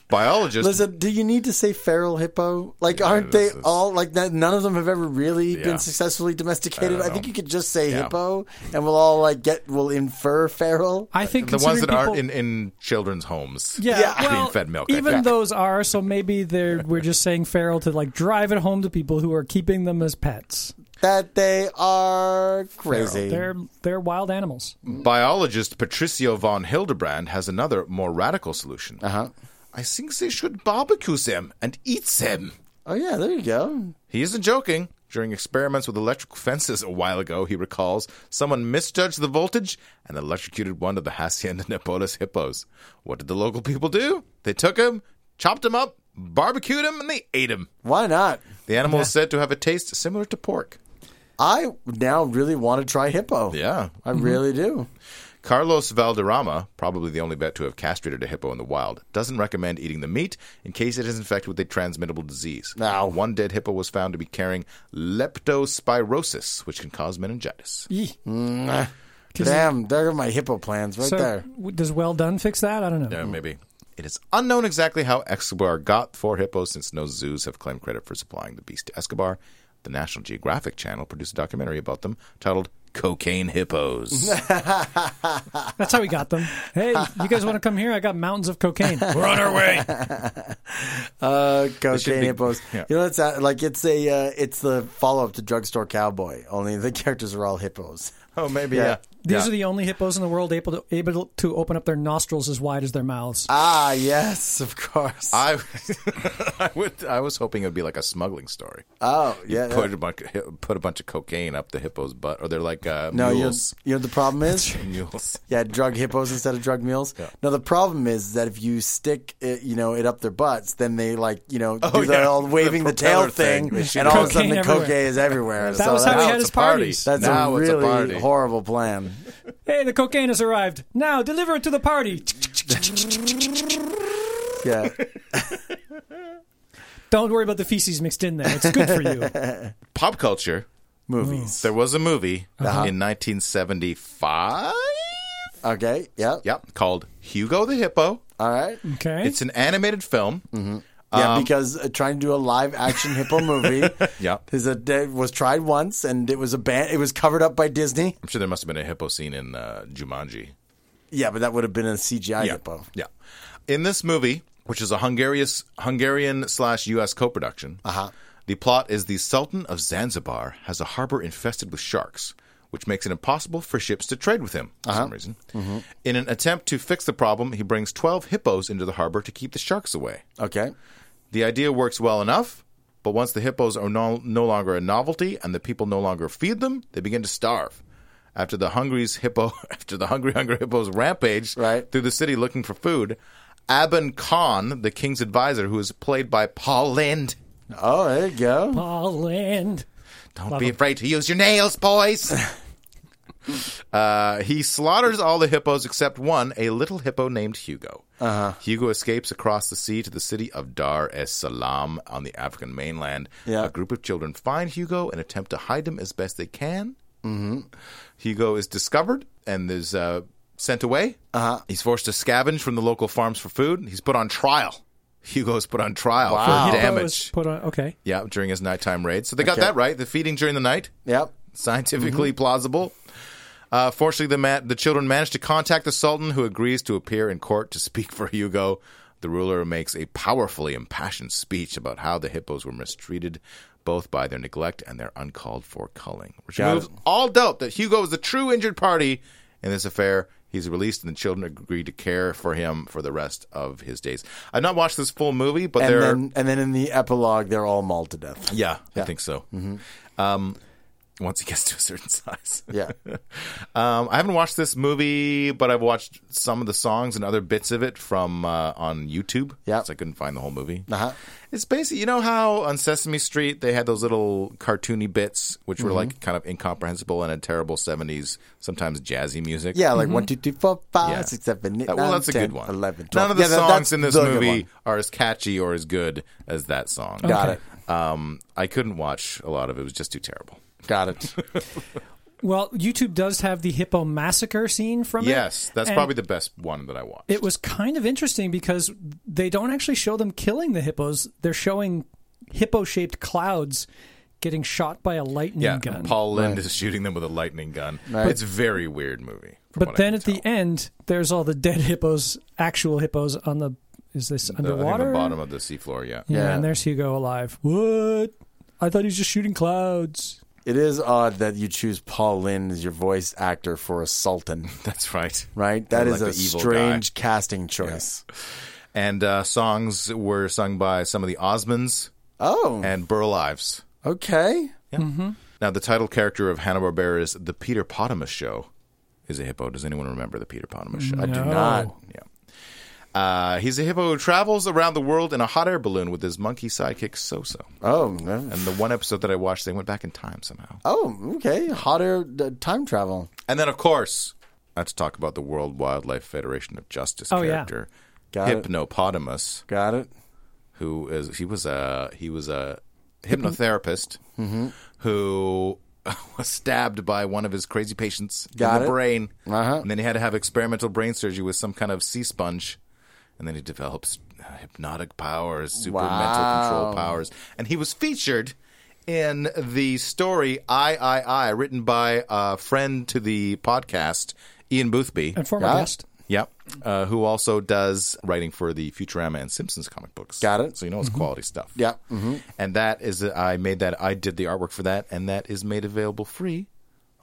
Speaker 4: Biologists.
Speaker 3: Listen, do you need to say feral hippo? Like, aren't they
Speaker 4: this is-
Speaker 3: all like that? None of them have ever really
Speaker 4: Yeah.
Speaker 3: been successfully domesticated. I,
Speaker 4: know.
Speaker 3: think you could just say
Speaker 4: Yeah.
Speaker 3: hippo, and we'll all like get we'll infer feral.
Speaker 5: I think
Speaker 4: the ones that
Speaker 5: considering people,
Speaker 4: aren't in, in children's homes.
Speaker 5: yeah,
Speaker 3: Yeah.
Speaker 5: well,
Speaker 4: Being fed milk, I
Speaker 5: Even
Speaker 4: think.
Speaker 5: those are so maybe they're we're just saying feral to like drive it home to people who are keeping them as pets.
Speaker 3: That they are crazy.
Speaker 5: They're they're wild animals.
Speaker 4: Biologist Patricio von Hildebrand has another more radical solution.
Speaker 5: Uh.
Speaker 4: Uh-huh. I think they should barbecue them and eat them.
Speaker 3: Oh yeah, there you go.
Speaker 4: He isn't joking. During experiments with electrical fences a while ago, he recalls, someone misjudged the voltage and electrocuted one of the Hacienda Napoles hippos. What did the local people do? They took him, chopped him up, barbecued him, and they ate him.
Speaker 3: Why not?
Speaker 4: The animal is said to have a taste similar to pork.
Speaker 3: I now really want to try hippo.
Speaker 4: Yeah. Mm-hmm.
Speaker 3: I really do.
Speaker 4: Carlos Valderrama, probably the only vet to have castrated a hippo in the wild, doesn't recommend eating the meat in case it is infected with a transmittable disease.
Speaker 3: Now.
Speaker 4: One dead hippo was found to be carrying leptospirosis, which can cause meningitis.
Speaker 5: Yee.
Speaker 3: Damn, there are my hippo plans right
Speaker 5: so
Speaker 3: there.
Speaker 5: w- does well done fix that? I don't know.
Speaker 4: Yeah,
Speaker 3: Mm-hmm.
Speaker 4: maybe. It is unknown exactly how Escobar got four hippos since no zoos have claimed credit for supplying the beast to Escobar. The National Geographic Channel produced a documentary about them titled Cocaine Hippos.
Speaker 5: That's how we got them. Hey, you guys want to come here? I got mountains of cocaine.
Speaker 4: We're on our way.
Speaker 3: Uh,
Speaker 4: should
Speaker 3: cocaine
Speaker 4: be-
Speaker 3: hippos.
Speaker 4: yeah.
Speaker 3: You know, it's uh, like it's a uh, it's the follow up to Drugstore Cowboy. Only the characters are all hippos.
Speaker 4: Oh, maybe,
Speaker 3: Yeah.
Speaker 4: yeah.
Speaker 5: These
Speaker 4: Yeah.
Speaker 5: are the only hippos in the world able to, able to open up their nostrils as wide as their mouths.
Speaker 3: Ah, yes, of course.
Speaker 4: I, I would. I was hoping it would be like a smuggling story.
Speaker 3: oh, yeah. yeah.
Speaker 4: put a bunch, put a bunch of cocaine up the hippo's butt, or they're like uh,
Speaker 3: no, you know,
Speaker 4: mules.
Speaker 3: you know what the problem is?
Speaker 4: Mules.
Speaker 3: Yeah, drug hippos instead of drug mules. No, the problem is that if you stick, it, you know, it up their butts, then they like, you know, do the
Speaker 4: Oh, yeah.
Speaker 3: old waving the,
Speaker 4: The
Speaker 3: tail
Speaker 4: propeller
Speaker 3: thing,
Speaker 4: thing. They shoot
Speaker 3: and all of a
Speaker 5: cocaine
Speaker 3: sudden the
Speaker 5: everywhere.
Speaker 3: cocaine is everywhere.
Speaker 5: That
Speaker 3: so
Speaker 5: was how
Speaker 3: that's,
Speaker 5: Oh, we
Speaker 4: Now
Speaker 5: had
Speaker 4: it's
Speaker 5: his
Speaker 4: a party.
Speaker 5: parties.
Speaker 3: that's
Speaker 4: now
Speaker 3: a
Speaker 4: it's
Speaker 3: really
Speaker 4: a party.
Speaker 3: horrible plan.
Speaker 5: hey, the cocaine has arrived. Now deliver it to the party.
Speaker 3: Yeah,
Speaker 5: Don't worry about the feces mixed in there. It's good for you.
Speaker 4: Pop culture.
Speaker 3: movies.
Speaker 4: There was a movie
Speaker 3: Uh-huh.
Speaker 4: in 1975.
Speaker 3: Okay. Yeah.
Speaker 4: Yep, called Hugo the Hippo.
Speaker 3: All right.
Speaker 5: Okay.
Speaker 4: It's an animated film.
Speaker 3: Yeah, because uh, trying to do a live action hippo movie.
Speaker 4: Um, Yeah.
Speaker 3: Is a it was tried once and it was a ban- It was covered up by Disney.
Speaker 4: I'm sure there must have been a hippo scene in uh, Jumanji.
Speaker 3: Yeah, but that would have been a CGI hippo.
Speaker 4: Yeah. In this movie, which is a Hungarian Hungarian slash U.S. co-production, uh-huh. the plot is the Sultan of Zanzibar has a harbor infested with sharks, which makes it impossible for ships to trade with him
Speaker 3: Uh-huh.
Speaker 4: for some reason. In an attempt to fix the problem, he brings 12 hippos into the harbor to keep the sharks away.
Speaker 3: Okay.
Speaker 4: The idea works well enough, but once the hippos are no, no longer a novelty and the people no longer feed them, they begin to starve. After the hungry's hippo, after the hungry hungry hippos rampage
Speaker 3: Right.
Speaker 4: through the city looking for food, Aben Khan, the king's advisor, who is played by Paul Lind,
Speaker 3: Oh, there you go.
Speaker 5: Holland.
Speaker 4: don't be afraid to use your nails, boys. uh, he slaughters all the hippos except one, a little hippo named Hugo. Uh-huh. Hugo escapes across the sea to the city of Dar es Salaam on the African mainland.
Speaker 3: Yeah.
Speaker 4: A group of children find Hugo and attempt to hide him as best they can. Hugo is discovered and is uh, sent away. Uh-huh. He's forced to scavenge from the local farms for food. He's put on trial. Hugo is put on trial
Speaker 3: Wow.
Speaker 4: for
Speaker 5: Hippo
Speaker 4: damage.
Speaker 5: is Put on, okay.
Speaker 4: Yeah, during his nighttime raid. So they got
Speaker 3: Okay. Mm-hmm.
Speaker 4: that right. The feeding during the night,
Speaker 3: Yep.
Speaker 4: scientifically plausible. Uh, fortunately, the, ma- the children manage to contact the Sultan, who agrees to appear in court to speak for Hugo. The ruler makes a powerfully impassioned speech about how the hippos were mistreated, both by their neglect and their uncalled for culling, which
Speaker 3: Got
Speaker 4: removes
Speaker 3: it.
Speaker 4: all doubt that Hugo is the true injured party in this affair. He's released, and the children agree to care for him for the rest of his days. I've not watched this full movie, but
Speaker 3: And
Speaker 4: there are
Speaker 3: then and then in the epilogue, they're all mauled to death.
Speaker 4: yeah, I think so. Um, once he gets to a certain size.
Speaker 3: Mm-hmm. Yeah.
Speaker 4: Um, I haven't watched this movie, but I've watched some of the songs and other bits of it from uh, on YouTube.
Speaker 3: Yeah.
Speaker 4: 'cause I couldn't find the whole movie.
Speaker 3: Uh-huh.
Speaker 4: It's basically, you know how on Sesame Street they had those little cartoony bits, which
Speaker 3: Mm-hmm.
Speaker 4: were like kind of incomprehensible and a terrible seventies, sometimes jazzy music.
Speaker 3: Yeah, like one, two, three, four,
Speaker 4: Mm-hmm. Yeah.
Speaker 3: five, six, seven, eight,
Speaker 4: That- well,
Speaker 3: nine,
Speaker 4: that's a
Speaker 3: 10,
Speaker 4: good one.
Speaker 3: 11,
Speaker 4: None
Speaker 3: 12.
Speaker 4: of the
Speaker 3: Yeah, that-
Speaker 4: songs
Speaker 3: that's
Speaker 4: in this
Speaker 3: the good
Speaker 4: movie
Speaker 3: one.
Speaker 4: are as catchy or as good as that song.
Speaker 3: Got
Speaker 5: Okay.
Speaker 3: it.
Speaker 4: Um, I couldn't watch a lot of it. It was just too terrible.
Speaker 3: Got it.
Speaker 5: Well, YouTube does have the hippo massacre scene from it.
Speaker 4: Yes, that's
Speaker 5: and
Speaker 4: probably the best one that I watched.
Speaker 5: It was kind of interesting because they don't actually show them killing the hippos. They're showing hippo-shaped clouds getting shot by a lightning
Speaker 4: yeah,
Speaker 5: gun.
Speaker 4: Paul Lind is shooting them with a lightning gun. It's a very weird movie. from
Speaker 5: but
Speaker 4: what I
Speaker 5: then
Speaker 4: can
Speaker 5: at the
Speaker 4: tell.
Speaker 5: end, there's all the dead hippos, actual hippos on the is this
Speaker 4: The- I think
Speaker 5: underwater?
Speaker 4: the bottom of the seafloor. Yeah,
Speaker 5: yeah,
Speaker 3: Yeah.
Speaker 5: and there's Hugo alive. What? I thought he was just shooting clouds.
Speaker 3: It is odd that you choose Paul Lynn as your voice actor for a sultan,
Speaker 4: that's right.
Speaker 3: right? That is
Speaker 4: Like the
Speaker 3: a
Speaker 4: evil
Speaker 3: strange casting choice.
Speaker 4: And uh, songs were sung by some of the Osmonds
Speaker 3: Oh,
Speaker 4: and Burl Ives.
Speaker 3: okay.
Speaker 4: Now, the title character of Hanna Barbera's The Peter Potamus Show is a hippo. Does anyone remember the Peter Potamus Show?
Speaker 5: do
Speaker 3: not.
Speaker 4: Yeah. Uh, he's a hippo who travels around the world in a hot air balloon with his monkey sidekick Soso.
Speaker 3: Oh, no.
Speaker 4: And the one episode that I watched, they went back in time somehow.
Speaker 3: oh, okay. Hotter uh, time travel.
Speaker 4: And then, of course, let's talk about the World Wildlife Federation of Justice
Speaker 5: Oh, yeah.
Speaker 4: character,
Speaker 3: Got it.
Speaker 4: Hypnopotamus,
Speaker 3: Got it.
Speaker 4: who is he was a he was a
Speaker 3: Mm-hmm.
Speaker 4: hypnotherapist who was stabbed by one of his crazy patients
Speaker 3: Got
Speaker 4: in the
Speaker 3: it.
Speaker 4: brain,
Speaker 3: Uh-huh.
Speaker 4: and then he had to have experimental brain surgery with some kind of sea sponge, and then he develops uh, hypnotic powers, super mental control
Speaker 3: Wow.
Speaker 4: powers, and he was featured. In the story I I I, written by a friend to the podcast, Ian Boothby,
Speaker 5: And former
Speaker 3: Yeah.
Speaker 5: guest.
Speaker 4: Yep. Uh, who also does writing for the Futurama and Simpsons comic books.
Speaker 3: Got it.
Speaker 4: So you know it's quality stuff.
Speaker 3: Yeah. Mm-hmm.
Speaker 4: And that is, I made that, I did the artwork for that, and that is made available free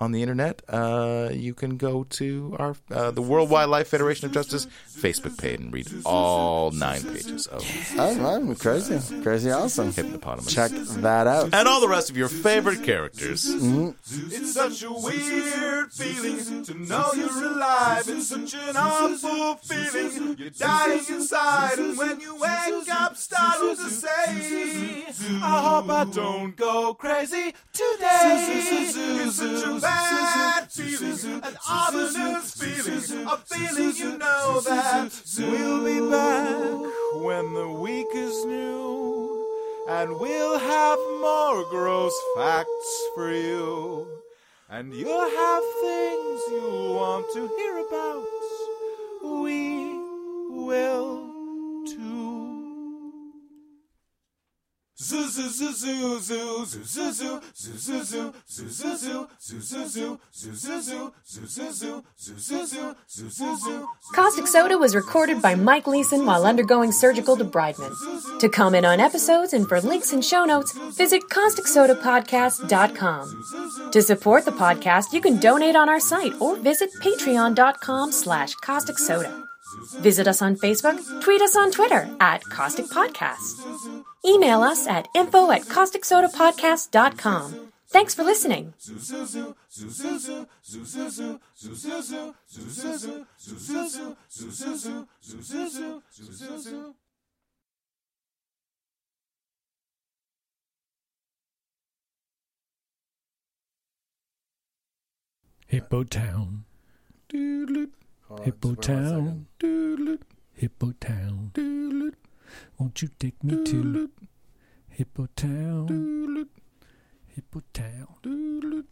Speaker 4: on the internet, uh, you can go to our uh, the World Wildlife Federation of Justice Facebook page and read all nine pages of
Speaker 3: Oh, wow, crazy, crazy, awesome.
Speaker 4: Hippopotamus.
Speaker 3: Check that out.
Speaker 4: and all the rest of your favorite characters.
Speaker 6: It's such a weird feeling to know you're alive. It's such an awful feeling. You're dying inside, and when you wake up, startled to say, I hope I don't go crazy today. It's such a bad feeling, an ominous feeling, a feeling you know that we'll be back when the week is new. And we'll have more gross facts for you. And you'll have things you'll want to hear about. We will too. Zoo zoo zoo zoo zoo zoo zoo zoo zoo zoo zoo zoo zoo zoo zoo zoo zoo zoo zoo zoo zoo zoo zoo zoo zoo zoo
Speaker 7: Caustic Soda was recorded by Mike Leeson while undergoing surgical debridement. To comment on episodes and for links and show notes, visit causticsodapodcast.com. To support the podcast, you can donate on our site or visit patreon.com slash caustic soda. Visit us on Facebook, tweet us on Twitter at Caustic Podcast. Email us at info at causticsodapodcast.com. Thanks for listening.
Speaker 5: Hippo Town. Hippo Town. Hippo Town. Won't you take me to Hippo Town? Hippo Town.